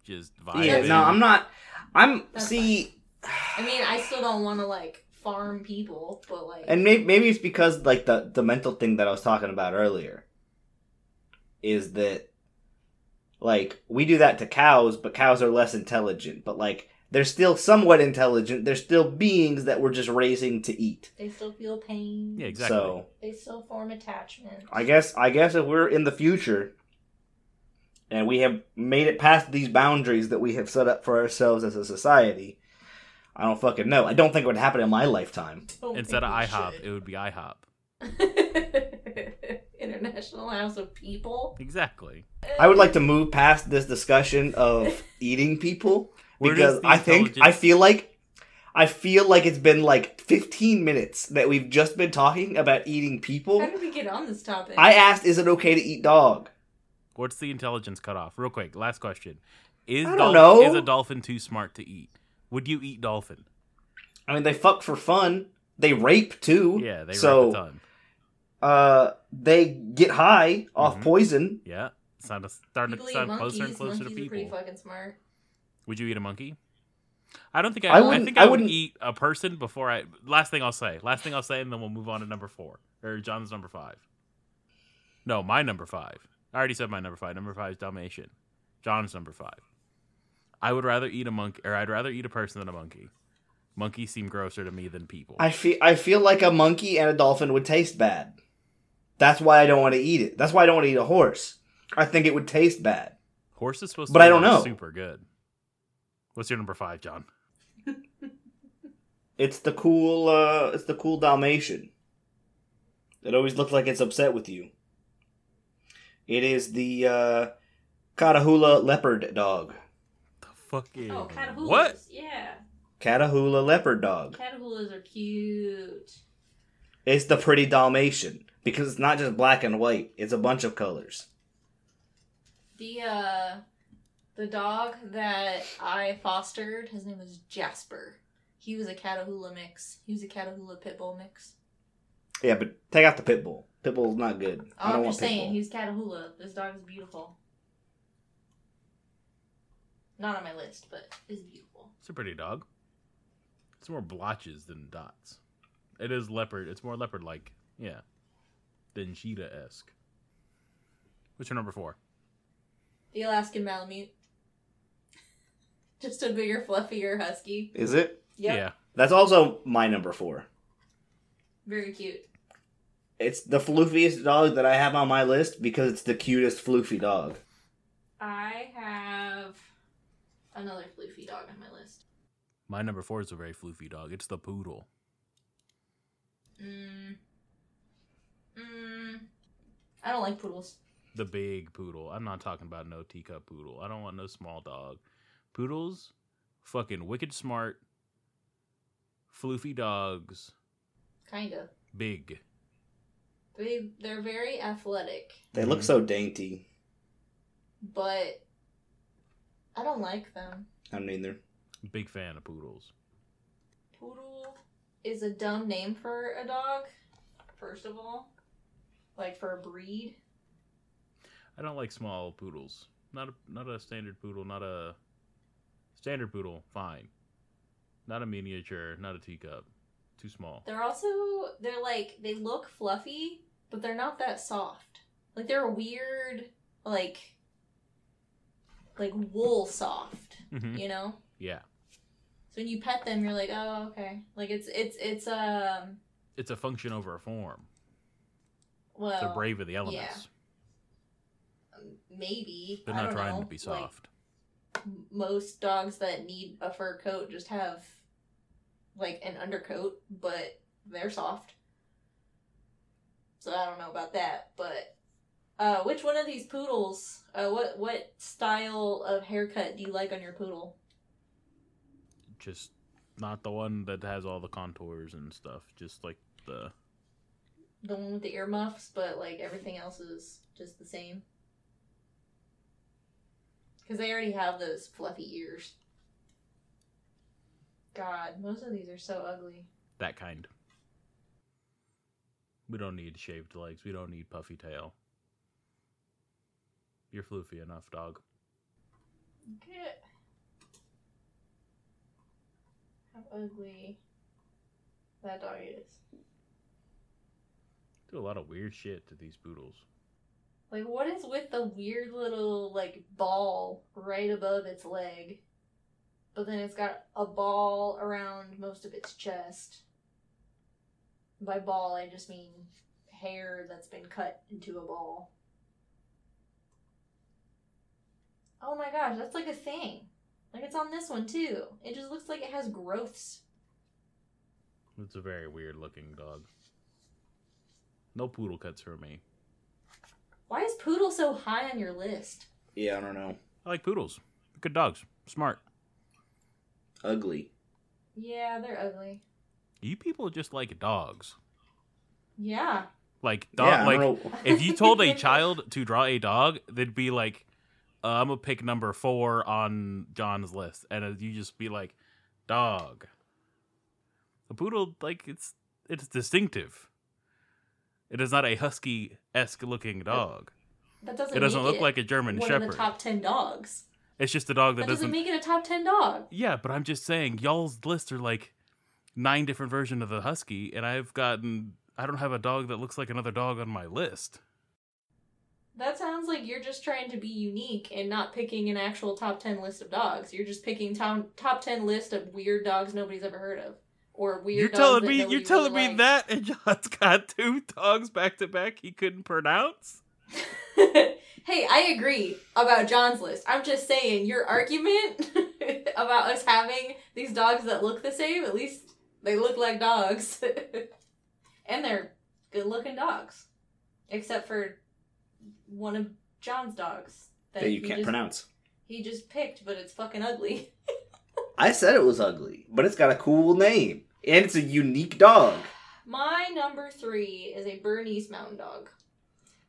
S2: Just vibing.
S1: Yeah, no, I'm not. I'm
S3: That's
S1: see.
S3: I mean, I still don't want to like farm people, but like
S1: (sighs) And maybe, maybe it's because like the the mental thing that I was talking about earlier is that like we do that to cows, but cows are less intelligent. But like they're still somewhat intelligent. They're still beings that we're just raising to eat.
S3: they still feel pain.
S2: Yeah, exactly.
S1: So
S3: They still form attachment.
S1: I guess I guess if we're in the future and we have made it past these boundaries that we have set up for ourselves as a society, I don't fucking know. I don't think it would happen in my lifetime.
S3: Don't
S2: Instead of
S3: think we
S2: IHOP,
S3: should.
S2: it would be IHOP.
S3: (laughs) International House of People.
S2: Exactly.
S1: I would like to move past this discussion
S2: (laughs)
S1: of eating people
S2: Where
S1: because
S2: does the
S1: I think I
S2: intelligence-
S1: feel like I feel like it's been like 15 minutes that we've just been talking about eating
S3: How
S1: people.
S3: did we get on this topic?
S1: I asked, "Is it okay to eat dog?"
S2: What's the intelligence cutoff? Real quick, last question. Is
S1: I don't
S2: dolphin,
S1: know.
S2: is a dolphin too smart to eat? Would you eat dolphin?
S1: I mean, they fuck for fun. They rape too.
S2: Yeah, they so, a
S1: so
S2: ton.
S1: uh, they get high off
S2: Mhm.
S1: poison.
S2: Yeah. Sound starting
S3: People
S2: to
S3: eat
S2: sound
S3: monkeys.
S2: closer and closer to
S3: monkeys are pretty
S2: people.
S3: fucking smart.
S2: Would you eat a monkey? I don't think I,
S1: I
S2: I,
S1: wouldn't-
S2: think
S1: I
S2: I, would
S1: wouldn't-
S2: eat a person before I last thing I'll say. Last thing I'll say and then we'll move on to number four. Or John's number five. No, my number five. I already said my number five. Number five is Dalmatian. John's number five. I would rather eat a monkey or I'd rather eat a person than a monkey. Monkeys seem grosser to me than people.
S1: I feel I feel like a monkey and a dolphin would taste bad. That's why I don't want to eat it. That's why I don't want to eat a horse. I think it would taste bad.
S2: Horse is supposed
S1: But
S2: to
S1: I
S2: be
S1: don't
S2: like
S1: know.
S2: super good. What's your number five, John?
S1: It's the cool uh it's the cool Dalmatian. It always looks like it's upset with you. It is the uh Catahoula leopard dog.
S2: The fucking
S3: Oh, catahoulas.
S2: what?
S3: Yeah,
S1: Catahoula leopard dog.
S3: catahoulas are cute.
S1: It's the pretty Dalmatian because it's not just black and white, it's a bunch of colors.
S3: The uh, the dog that I fostered, his name was Jasper. He was a catahoula mix. He was a catahoula pit bull mix.
S1: Yeah, but take out the pit bull. Pit bull's not good. I
S3: Oh,
S1: don't
S3: I'm
S1: want
S3: just
S1: pit
S3: saying,
S1: bull.
S3: he was catahoula. This dog is beautiful. Not on my list, but is beautiful.
S2: It's a pretty dog. It's more blotches than dots. It is leopard. It's more leopard like, yeah, than cheetah esque. What's your number four?
S3: The Alaskan Malamute. (laughs) Just a bigger, fluffier husky.
S1: Is it?
S3: Yep.
S2: Yeah.
S1: That's also my number four.
S3: Very cute.
S1: It's the floofiest dog that I have on my list because it's the cutest floofy dog.
S3: I have another floofy dog on my list.
S2: My number four is a very floofy dog. It's the poodle.
S3: Mm. Mm. I don't like poodles.
S2: The big poodle. I'm not talking about no teacup poodle. I don't want no small dog. Poodles, fucking wicked smart, floofy dogs,
S3: Kinda.
S2: big.
S3: They they're very athletic,
S1: They look so dainty.
S3: but I don't like them.
S1: I'm neither.
S2: Big fan of poodles.
S3: Poodle is a dumb name for a dog, first of all. Like for a breed.
S2: I don't like small poodles. Not a not a standard poodle. Not a standard poodle. Fine. Not a miniature. Not a teacup. Too small.
S3: They're also they're like they look fluffy, but they're not that soft. Like they're a weird like like wool soft,
S2: Mhm.
S3: you know?
S2: Yeah,
S3: So when you pet them, you're like, oh, okay. Like it's it's it's um
S2: it's a function over a form.
S3: well
S2: They're brave of the elements.
S3: maybe I
S2: They're not
S3: don't
S2: trying
S3: know.
S2: to be
S3: Like,
S2: soft.
S3: m- most dogs that need a fur coat just have like an undercoat, but they're soft. So I don't know about that, but uh, which one of these poodles? Uh, what what style of haircut do you like on your poodle?
S2: Just not the one that has all the contours and stuff. Just like the
S3: The one with the earmuffs, but like everything else is just the same. Because they already have those fluffy ears. God, most of these are so ugly.
S2: that kind. We don't need shaved legs. We don't need puffy tail. You're floofy enough, dog.
S3: Okay. How ugly that dog is.
S2: Do a lot of weird shit to these poodles.
S3: Like, what is with the weird little, like, ball right above its leg? But then it's got a ball around most of its chest. By ball, I just mean hair that's been cut into a ball. Oh my gosh, that's like a thing. Like, it's on this one too. It just looks like it has growths
S2: It's a very weird looking dog. No poodle cuts for me.
S3: Why is poodle so high on your list?
S1: Yeah, I don't know.
S2: I like poodles. Good dogs. Smart.
S1: Ugly.
S3: Yeah, they're ugly.
S2: You people just like dogs.
S3: Yeah.
S2: Like dog
S1: yeah, I
S2: like
S1: don't
S3: Uh,
S1: know.
S2: if you told
S3: (laughs)
S2: a child to draw a dog, they'd be like uh, I'm gonna pick number 4 on John's list and uh, you just be like dog. A poodle like it's it's distinctive. It is not a husky-esque looking dog.
S3: That doesn't
S2: It doesn't
S3: make
S2: look
S3: it
S2: like a German
S3: one
S2: shepherd.
S3: of the top 10 dogs.
S2: It's just a dog
S3: That,
S2: that, doesn't
S3: doesn't, make it a top 10 dog.
S2: Yeah, but I'm just saying, y'all's lists are like nine different versions of the husky, and I've gotten I don't have a dog that looks like another dog on my list.
S3: That sounds like you're just trying to be unique and not picking an actual top 10 list of dogs. You're just picking top, top 10 list of weird dogs nobody's ever heard of. Or weird
S2: you're
S3: dogs
S2: telling
S3: that
S2: me
S3: nobody
S2: you're telling
S3: really
S2: me
S3: likes.
S2: that, and (laughs) John's got two dogs back to back he couldn't pronounce.
S3: (laughs) hey, I agree about John's list. I'm just saying your argument (laughs) about us having these dogs that look the same, at least they look like dogs. (laughs) and they're good looking dogs. Except for one of John's dogs
S1: that you
S3: he
S1: can't
S3: just-
S1: pronounce.
S3: He just picked, but it's fucking ugly. (laughs)
S1: I said it was ugly, but it's got a cool name. And it's a unique dog.
S3: My number three is a Bernese Mountain Dog.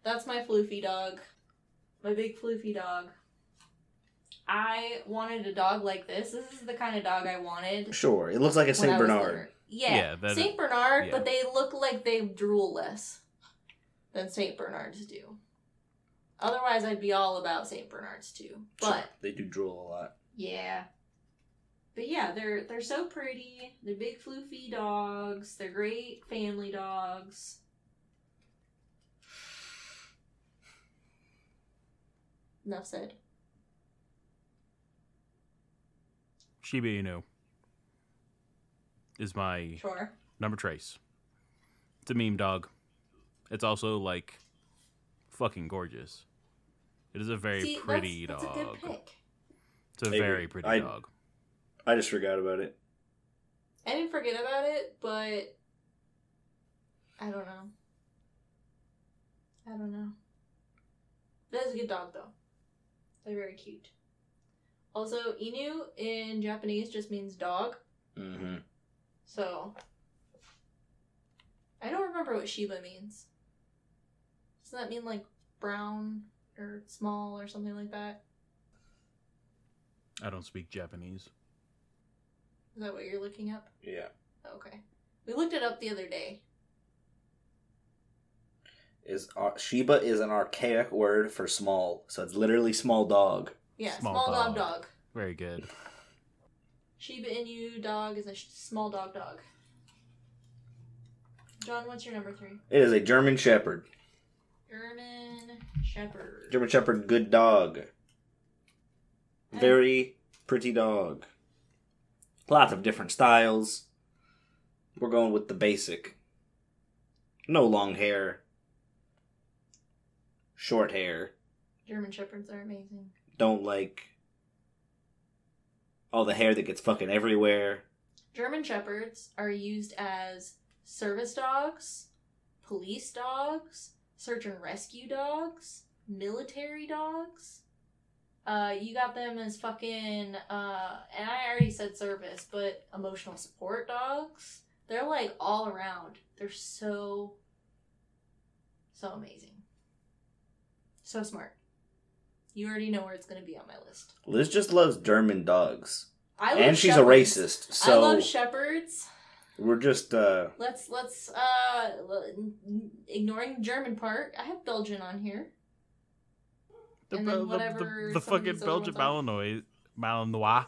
S3: That's my floofy dog. My big floofy dog. I wanted a dog like this. This is the kind of dog I wanted.
S1: Sure, it looks like a
S3: when
S1: St.
S3: I was
S1: Bernard.
S3: little. Yeah.
S2: Yeah, that-
S3: St. Bernard,
S2: yeah.
S3: but they look like they drool less than St. Bernards do. Otherwise, I'd be all about St. Bernards too. But
S1: Sure, they do drool a lot.
S3: Yeah. But yeah, they're they're so pretty. They're big floofy dogs. They're great family dogs. Enough said.
S2: Shiba Inu is my
S3: Sure.
S2: number trace. It's a meme dog. It's also like fucking gorgeous. It is a very
S3: See, that's-
S2: pretty
S3: that's,
S2: dog.
S3: a good pick.
S2: It's a
S1: I agree.
S2: very pretty
S1: I-
S2: dog.
S1: I just forgot about it.
S3: I didn't forget about it, but I don't know. I don't know. That is a good dog though. They're very cute. Also, Inu in Japanese just means dog,
S1: Mm-hmm.
S3: so I don't remember what Shiba means. Doesn't that mean like brown or small or something like that?
S2: I don't speak Japanese.
S3: Is that what you're looking up?
S1: Yeah.
S3: Okay. We looked it up the other day.
S1: Is ar- Shiba is an archaic word for small, so it's literally small dog.
S3: Yeah,
S2: Small
S3: small dog
S2: dog.
S3: dog.
S2: Very good.
S3: Shiba Inu dog is a sh- small dog dog. John, what's your number three?
S1: It is a German Shepherd.
S3: German Shepherd.
S1: German Shepherd, good dog. Very pretty dog. Lots of different styles. We're going with the basic. No long hair. Short hair.
S3: German Shepherds are amazing.
S1: Don't like all the hair that gets fucking everywhere.
S3: German Shepherds are used as service dogs, police dogs, search and rescue dogs, military dogs. Uh, you got them as fucking, uh, and I already said service, but emotional support dogs. They're like all around. They're so, so amazing. So smart. You already know where it's going to be on my list.
S1: Liz just loves German dogs.
S3: I love
S1: And she's a
S3: shepherds.
S1: racist.
S3: I
S1: So
S3: love shepherds.
S1: we're just uh
S3: Let's let's uh l- n- ignoring the German part. I have Belgian on here.
S2: The,
S3: And
S2: Bel-
S3: then
S2: the- the-
S3: whatever
S2: the,
S3: some of
S2: fucking
S3: these other
S2: Belgian
S3: ones
S2: Malinois, Malinois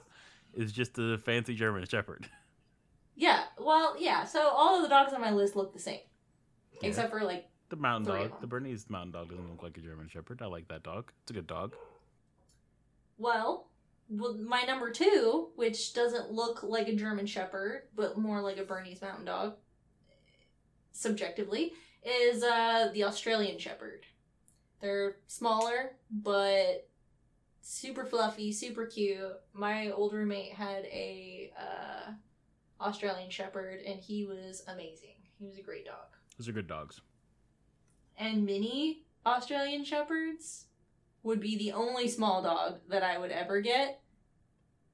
S2: is just a fancy German Shepherd.
S3: Yeah. Well, yeah. So all of the dogs on my list look the same,
S2: Yeah.
S3: except for like
S2: The mountain
S3: Three of
S2: dog,
S3: them.
S2: the Bernese mountain dog, doesn't look like a German Shepherd. I like that dog. It's a good dog.
S3: well, well, my number two, which doesn't look like a German Shepherd, but more like a Bernese Mountain Dog, subjectively, is uh the Australian Shepherd. They're smaller, but super fluffy, super cute. My old roommate had a uh, Australian Shepherd, and he was amazing. He was a great dog.
S2: Those are good dogs.
S3: And mini Australian Shepherds would be the only small dog that I would ever get.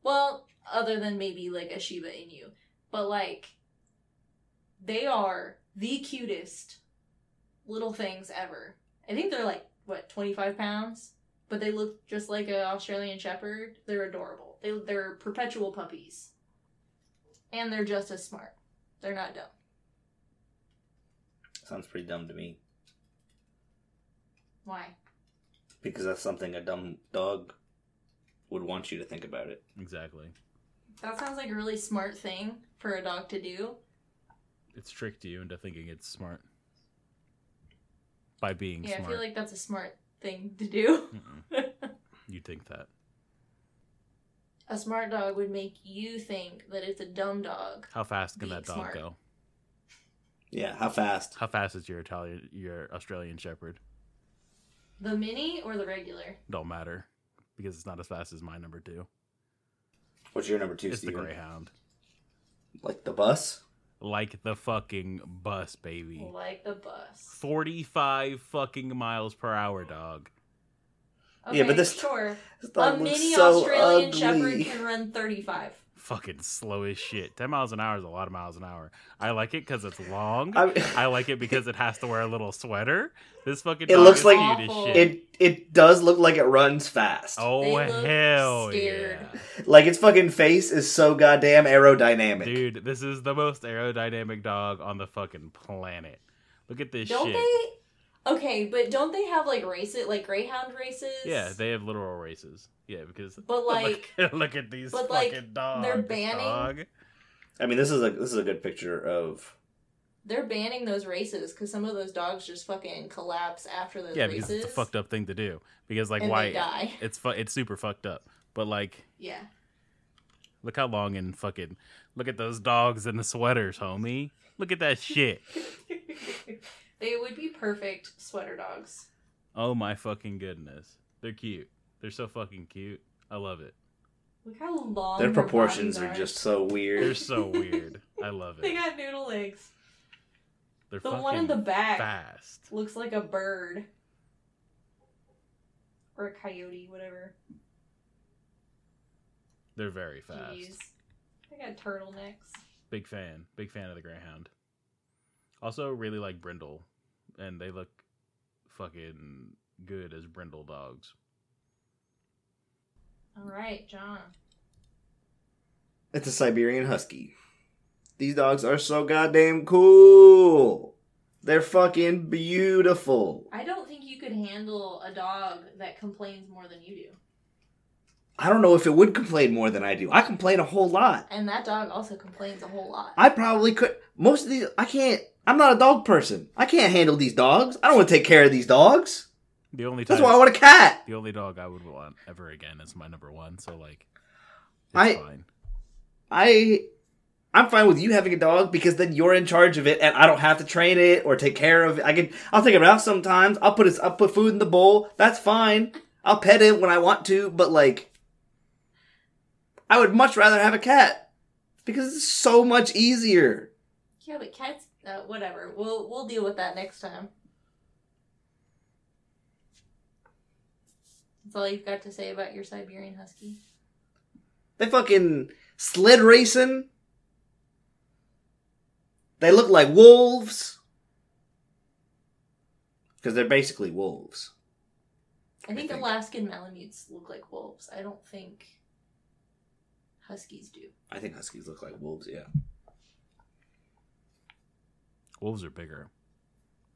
S3: Well, other than maybe like a Shiba Inu. But like, they are the cutest little things ever. I think they're like, what, 25 pounds? But they look just like an Australian Shepherd. They're adorable. They, they're perpetual puppies. And they're just as smart. They're not dumb.
S1: sounds pretty dumb to me.
S3: Why?
S1: Because that's something a dumb dog would want you to think about it.
S2: Exactly.
S3: That sounds like a really smart thing for a dog to do.
S2: It's tricked you into thinking it's smart by being
S3: Yeah,
S2: smart.
S3: I feel like that's a smart thing to do. (laughs)
S2: (laughs) Mm-mm. you think that.
S3: A smart dog would make you think that it's a dumb dog.
S2: How fast can
S3: Being
S2: that dog
S3: smart.
S2: go?
S1: Yeah, how fast?
S2: How fast is your Italian, your Australian Shepherd?
S3: The mini or the regular?
S2: Don't matter because it's not as fast as my number two.
S1: What's your number two,
S2: it's
S1: Steven?
S2: the Greyhound,
S1: Like the bus?
S2: like the fucking bus, baby.
S3: Like the bus.
S2: Forty-five fucking miles per hour, dog.
S3: Okay,
S1: Yeah, but this-
S3: sure.
S1: This
S3: A
S1: dog looks
S3: mini
S1: so
S3: Australian
S1: ugly. (laughs)
S3: Shepherd can run 35.
S2: Fucking slow as shit. Ten miles an hour is a lot of miles an hour. I like it because it's long.
S1: I,
S2: I like it because it has to wear a little sweater. This fucking
S1: It
S2: dog
S1: looks
S2: is
S1: like-
S2: cute as
S3: Awful.
S1: (laughs)
S2: shit.
S1: it it does look like it runs fast.
S2: oh
S3: They look
S2: hell
S3: scared.
S2: yeah.
S1: Like its fucking face is so goddamn aerodynamic.
S2: Dude, this is the most aerodynamic dog on the fucking planet. Look at this
S3: Don't
S2: shit.
S3: they? Okay, but don't they have like races, like greyhound races?
S2: Yeah, they Oh have literal races. Yeah, because (laughs)
S3: But like,
S2: look, look at these
S3: but, like,
S2: fucking dogs.
S3: they're banning-
S2: dog.
S1: I mean, this is a this is a good picture of
S3: they're banning those races because some of those dogs just fucking collapse after those
S2: Yeah,
S3: races.
S2: because it's a fucked up thing to do. Because like
S3: and
S2: why
S3: they die. (laughs)
S2: it's fu- it's super fucked up. But like
S3: Yeah.
S2: look how long and fucking look at those dogs in the sweaters, homie. Look at that shit.
S3: (laughs) they would be perfect sweater dogs.
S2: Oh my fucking goodness. They're cute. They're so fucking cute. I love it.
S3: Look how long
S1: their
S3: her
S1: proportions
S3: bodies
S1: are just so
S2: They're
S1: weird.
S2: so weird. I love
S3: (laughs) They
S2: it.
S3: got noodle legs.
S2: They're
S3: The
S2: fucking
S3: one in the back
S2: fast.
S3: looks like a bird or a coyote, whatever.
S2: They're very fast.
S3: Jeez. They got turtlenecks.
S2: Big fan. Big fan of the Greyhound. Also really like Brindle. And they look fucking good as Brindle dogs.
S3: All right, John.
S1: It's a Siberian Husky. These dogs are so goddamn cool. They're fucking beautiful.
S3: I don't think you could handle a dog that complains more than you do.
S1: I don't know if it would complain more than I do. I complain a whole lot.
S3: And that dog also complains a whole lot.
S1: I probably could. Most of these, I can't. I'm not a dog person. I can't handle these dogs. I don't want to take care of these dogs.
S2: The only time
S1: That's why I want a cat.
S2: the only dog I would want ever again is my number one, so like it's
S1: I-
S2: fine.
S1: I, I'm fine with you having a dog because then you're in charge of it, and I don't have to train it or take care of it. I can. I'll take it out sometimes. I'll put his. I'll put food in the bowl. That's fine. I'll pet it when I want to. But like, I would much rather have a cat because it's so much easier.
S3: yeah, but cats, uh, whatever. We'll we'll deal with that next time. That's all you've got to say about your Siberian Husky.
S1: They fucking sled racing. They look like wolves. Because they're basically wolves.
S3: I
S1: I
S3: think,
S1: think.
S3: Alaskan Malamutes look like wolves. I don't think Huskies do.
S1: I think huskies look like wolves, yeah.
S2: Wolves are bigger.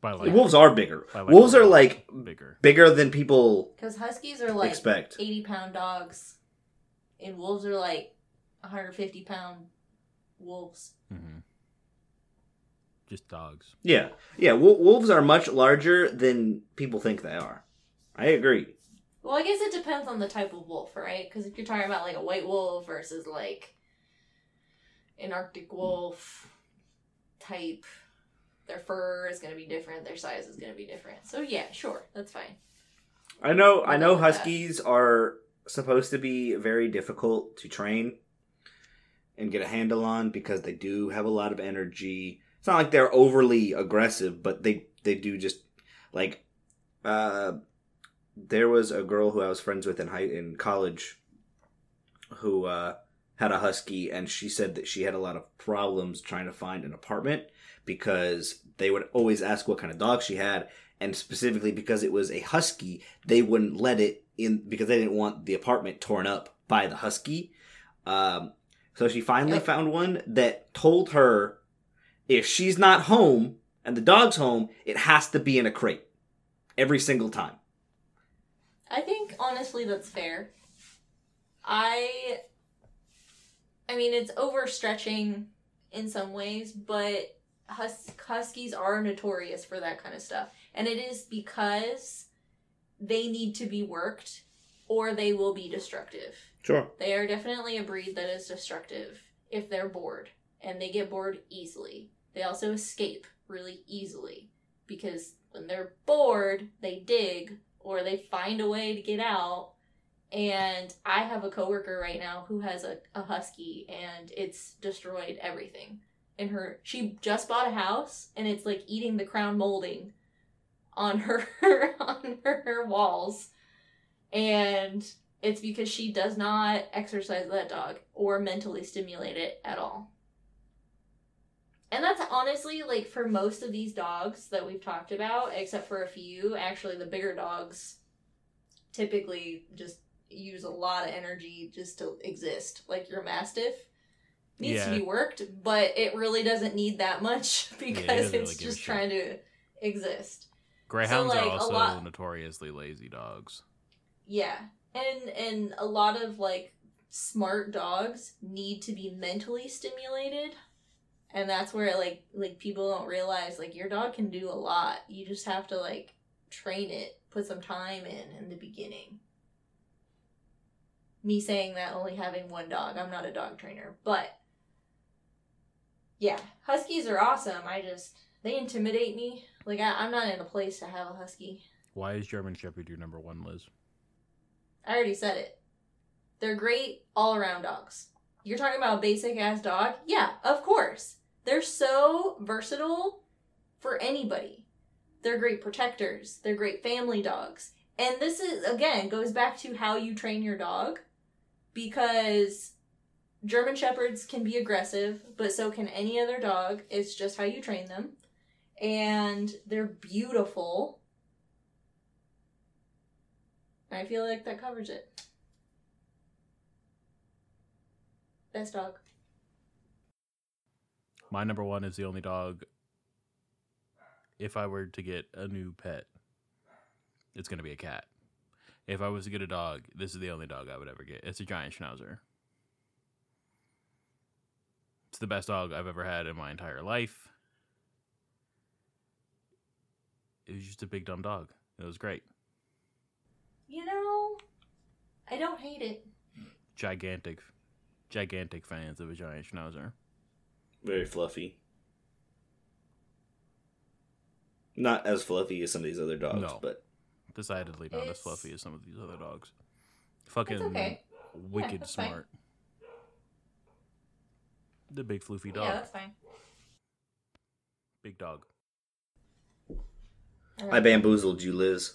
S2: By
S3: Like-
S1: wolves are bigger.
S2: by,
S1: wolves are like
S2: bigger.
S1: bigger than people
S3: Because Huskies are like
S1: expect.
S3: 80 pound dogs, and wolves are like 150 pound wolves.
S2: hmm Just dogs.
S1: Yeah. Yeah, wol wolves are much larger than people think they are. I agree.
S3: Well, I guess it depends on the type of wolf, right? Because if you're talking about like a white wolf versus like an Arctic wolf type, their fur is going to be different, their size is going to be different. So, yeah, sure, that's fine.
S1: I know I
S3: I
S1: know
S3: like that.
S1: huskies are supposed to be very difficult to train and get a handle on because they do have a lot of energy. It's not like they're overly aggressive, but they they do just like uh there was a girl who I was friends with in high in college who uh had a husky and she said that she had a lot of problems trying to find an apartment because they would always ask what kind of dog she had and specifically because it was a husky they wouldn't let it in because they didn't want the apartment torn up by the husky. Um, so she finally
S3: Yep.
S1: found one that told her if she's not home and the dog's home, it has to be in a crate every single time.
S3: I think honestly that's fair. I I mean it's overstretching in some ways, but hus- huskies are notorious for that kind of stuff. And it is because they need to be worked or they will be destructive.
S1: Sure.
S3: They are definitely a breed that is destructive if they're bored, and they get bored easily. They also escape really easily because when they're bored, they dig or they find a way to get out. And I have a coworker right now who has a, a husky and it's destroyed everything. And her she just bought a house and it's like eating the crown molding on her (laughs) on her walls. And it's because she does not exercise that dog or mentally stimulate it at all. And that's honestly like for most of these dogs that we've talked about, except for a few, actually the bigger dogs typically just use a lot of energy just to exist. Like your mastiff needs
S2: Yeah.
S3: to be worked, but it really doesn't need that much (laughs) because
S2: doesn't really
S3: it's
S2: give a
S3: just
S2: shit.
S3: trying to exist.
S2: Greyhounds
S3: like,
S2: are
S3: a
S2: also
S3: lot-
S2: notoriously lazy dogs.
S3: Yeah. And and a lot of like smart dogs need to be mentally stimulated. And that's where like like people don't realize like your dog can do a lot. You just have to like train it, put some time in in the beginning. Me saying that only having one dog. I'm not a dog trainer, but yeah, huskies are awesome. I just they intimidate me. Like I, I'm not in a place to have a husky.
S2: Why is German Shepherd your number one, Liz?
S3: I already said it. They're great all around dogs. You're talking about a basic ass dog? Yeah, of course. They're so versatile for anybody. They're great protectors, they're great family dogs. And this is, again, goes back to how you train your dog because German Shepherds can be aggressive, but so can any other dog. It's just how you train them. And they're beautiful. I feel like that covers it. Best dog.
S2: My number one is the only dog. If I were to get a new pet, it's gonna be a cat. If I was to get a dog, this is the only dog I would ever get. It's a giant schnauzer. It's the best dog I've ever had in my entire life. It was just a big dumb dog. It was great.
S3: You know, I don't hate it.
S2: Gigantic, gigantic fans of a giant schnauzer.
S1: Very fluffy. Not as fluffy as some of these other dogs,
S2: No.
S1: but
S2: Decidedly not as
S3: It's-
S2: fluffy as some of these other dogs. Fucking
S3: It's okay.
S2: wicked
S3: (laughs) that's fine.
S2: smart. The big floofy dog.
S3: Yeah, that's fine.
S2: Big dog.
S1: I bamboozled you, Liz.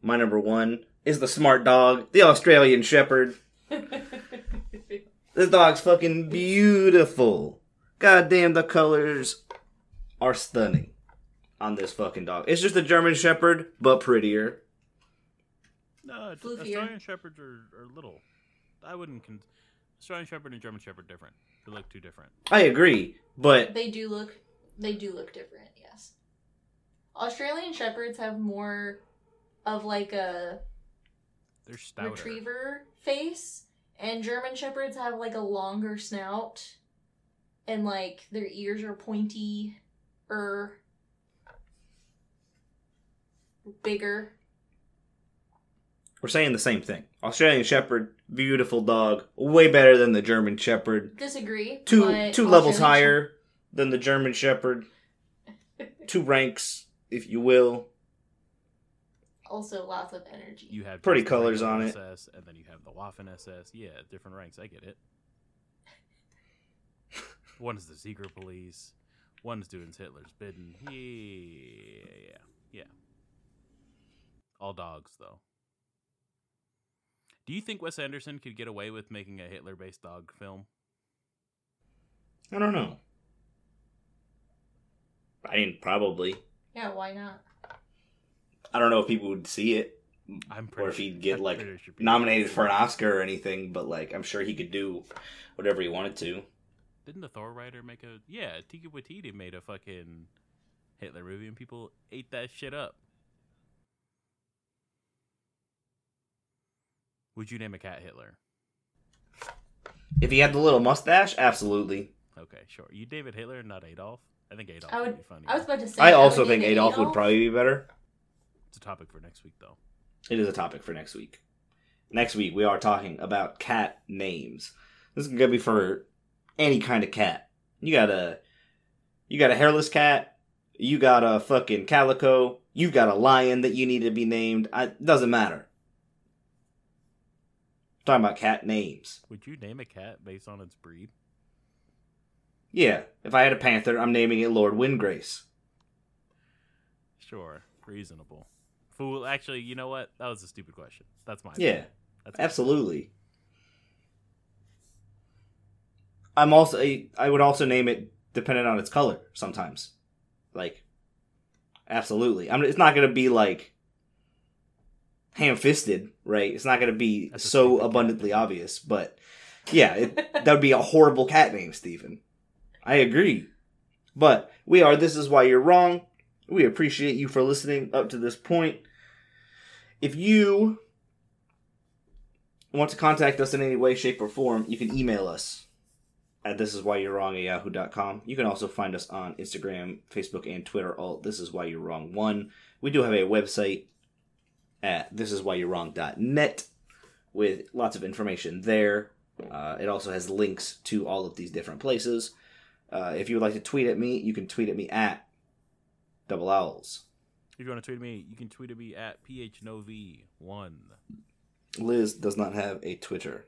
S1: My number one is the smart dog, the Australian Shepherd. This dog's fucking beautiful. Goddamn, the colors are stunning on this fucking dog. It's just a German Shepherd, but prettier.
S2: No, it's,
S3: Floofier.
S2: Australian shepherds are, are little. I wouldn't. Con- Australian shepherd and German shepherd different. They look too different.
S1: I agree, but
S3: they do look they do look different, yes. Australian shepherds have more of like a
S2: They're stouter.
S3: retriever face and German shepherds have like a longer snout and like their ears are pointy er bigger
S1: we're saying the same thing. Australian Shepherd, beautiful dog, way better than the German Shepherd.
S3: Disagree.
S1: Two
S3: but
S1: two levels
S3: Australian
S1: higher than the German Shepherd. (laughs) two ranks, if you will.
S3: Shep- Also, lots of energy.
S2: You have
S1: Pretty
S2: just the
S1: colours
S2: regular
S1: on it.
S2: SS, and then you have the Waffen SS. Yeah, different ranks. I
S1: (laughs)
S2: get it. one is the secret police. One's doing Hitler's bidding. Yeah, yeah. All dogs, though. Do you think Wes Anderson could get away with making a Hitler-based dog film?
S1: I don't know. I mean, probably.
S3: yeah, why not?
S1: I don't know if people would see it
S2: I'm
S1: or
S2: pretty.
S1: if
S2: sure-
S1: he'd get
S2: I'm
S1: like
S2: pretty sure people-
S1: nominated for an Oscar or anything, but like I'm sure he could do whatever he wanted to.
S2: Didn't the Thor writer make a? Yeah, Tika Waititi made a fucking Hitler movie, and people ate that shit up. Would you name a cat Hitler?
S1: If he had the little mustache, absolutely.
S2: Okay, sure. You David Hitler, not Adolf. I think Adolf
S3: I
S2: would,
S3: would-
S2: be funny.
S3: I was about to say.
S1: I
S3: would
S1: also
S3: name
S1: think
S3: it
S1: Adolf would probably be better.
S2: It's a topic for next week, though.
S1: It is a topic for next week. Next week we are talking about cat names. This is gonna be for any kind of cat. You got a you got a hairless cat. You got a fucking calico. You got a lion that you need to be named. I, doesn't matter. talking about cat names.
S2: Would you name a cat based on its breed?
S1: Yeah, if I had a panther, I'm naming it Lord Windgrace.
S2: Sure, reasonable. Fool. Actually, you know what? That was a stupid question. That's mine.
S1: Yeah.
S2: That's
S1: Absolutely. I'm also I would also name it depending on its color sometimes. Like absolutely. I'm it's not going to be like ham-fisted, right? It's not going to be
S2: That's a
S1: so
S2: stupid cat
S1: abundantly obvious, but yeah, it, that would be a horrible cat name, Stephen. I agree. But we are this is why you're wrong. We appreciate you for listening up to this point. If you want to contact us in any way, shape, or form, you can email us at this is why you're wrong at yahoo.com. You can also find us on Instagram, Facebook, and Twitter, all this is why you're wrong one. We do have a website at this is why you're wrong.net with lots of information there. Uh, it also has links to all of these different places. Uh, if you would like to tweet at me, you can tweet at me at Double Owls.
S2: If you want to tweet me, you can tweet at me at PHNOV1.
S1: Liz does not have a Twitter,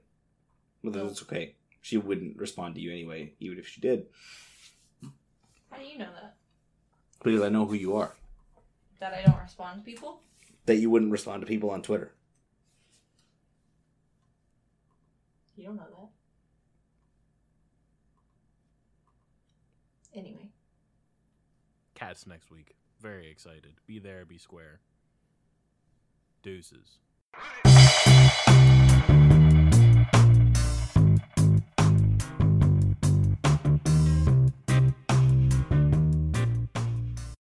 S1: but that's okay. She wouldn't respond to you anyway, even if she did,
S3: (laughs) How do you know that?
S1: because I know who you are.
S3: That I don't respond to people?
S1: That you wouldn't respond to people on Twitter.
S3: You don't know that. Anyway,
S2: Cats next week. Very excited. Be there, be square. Deuces.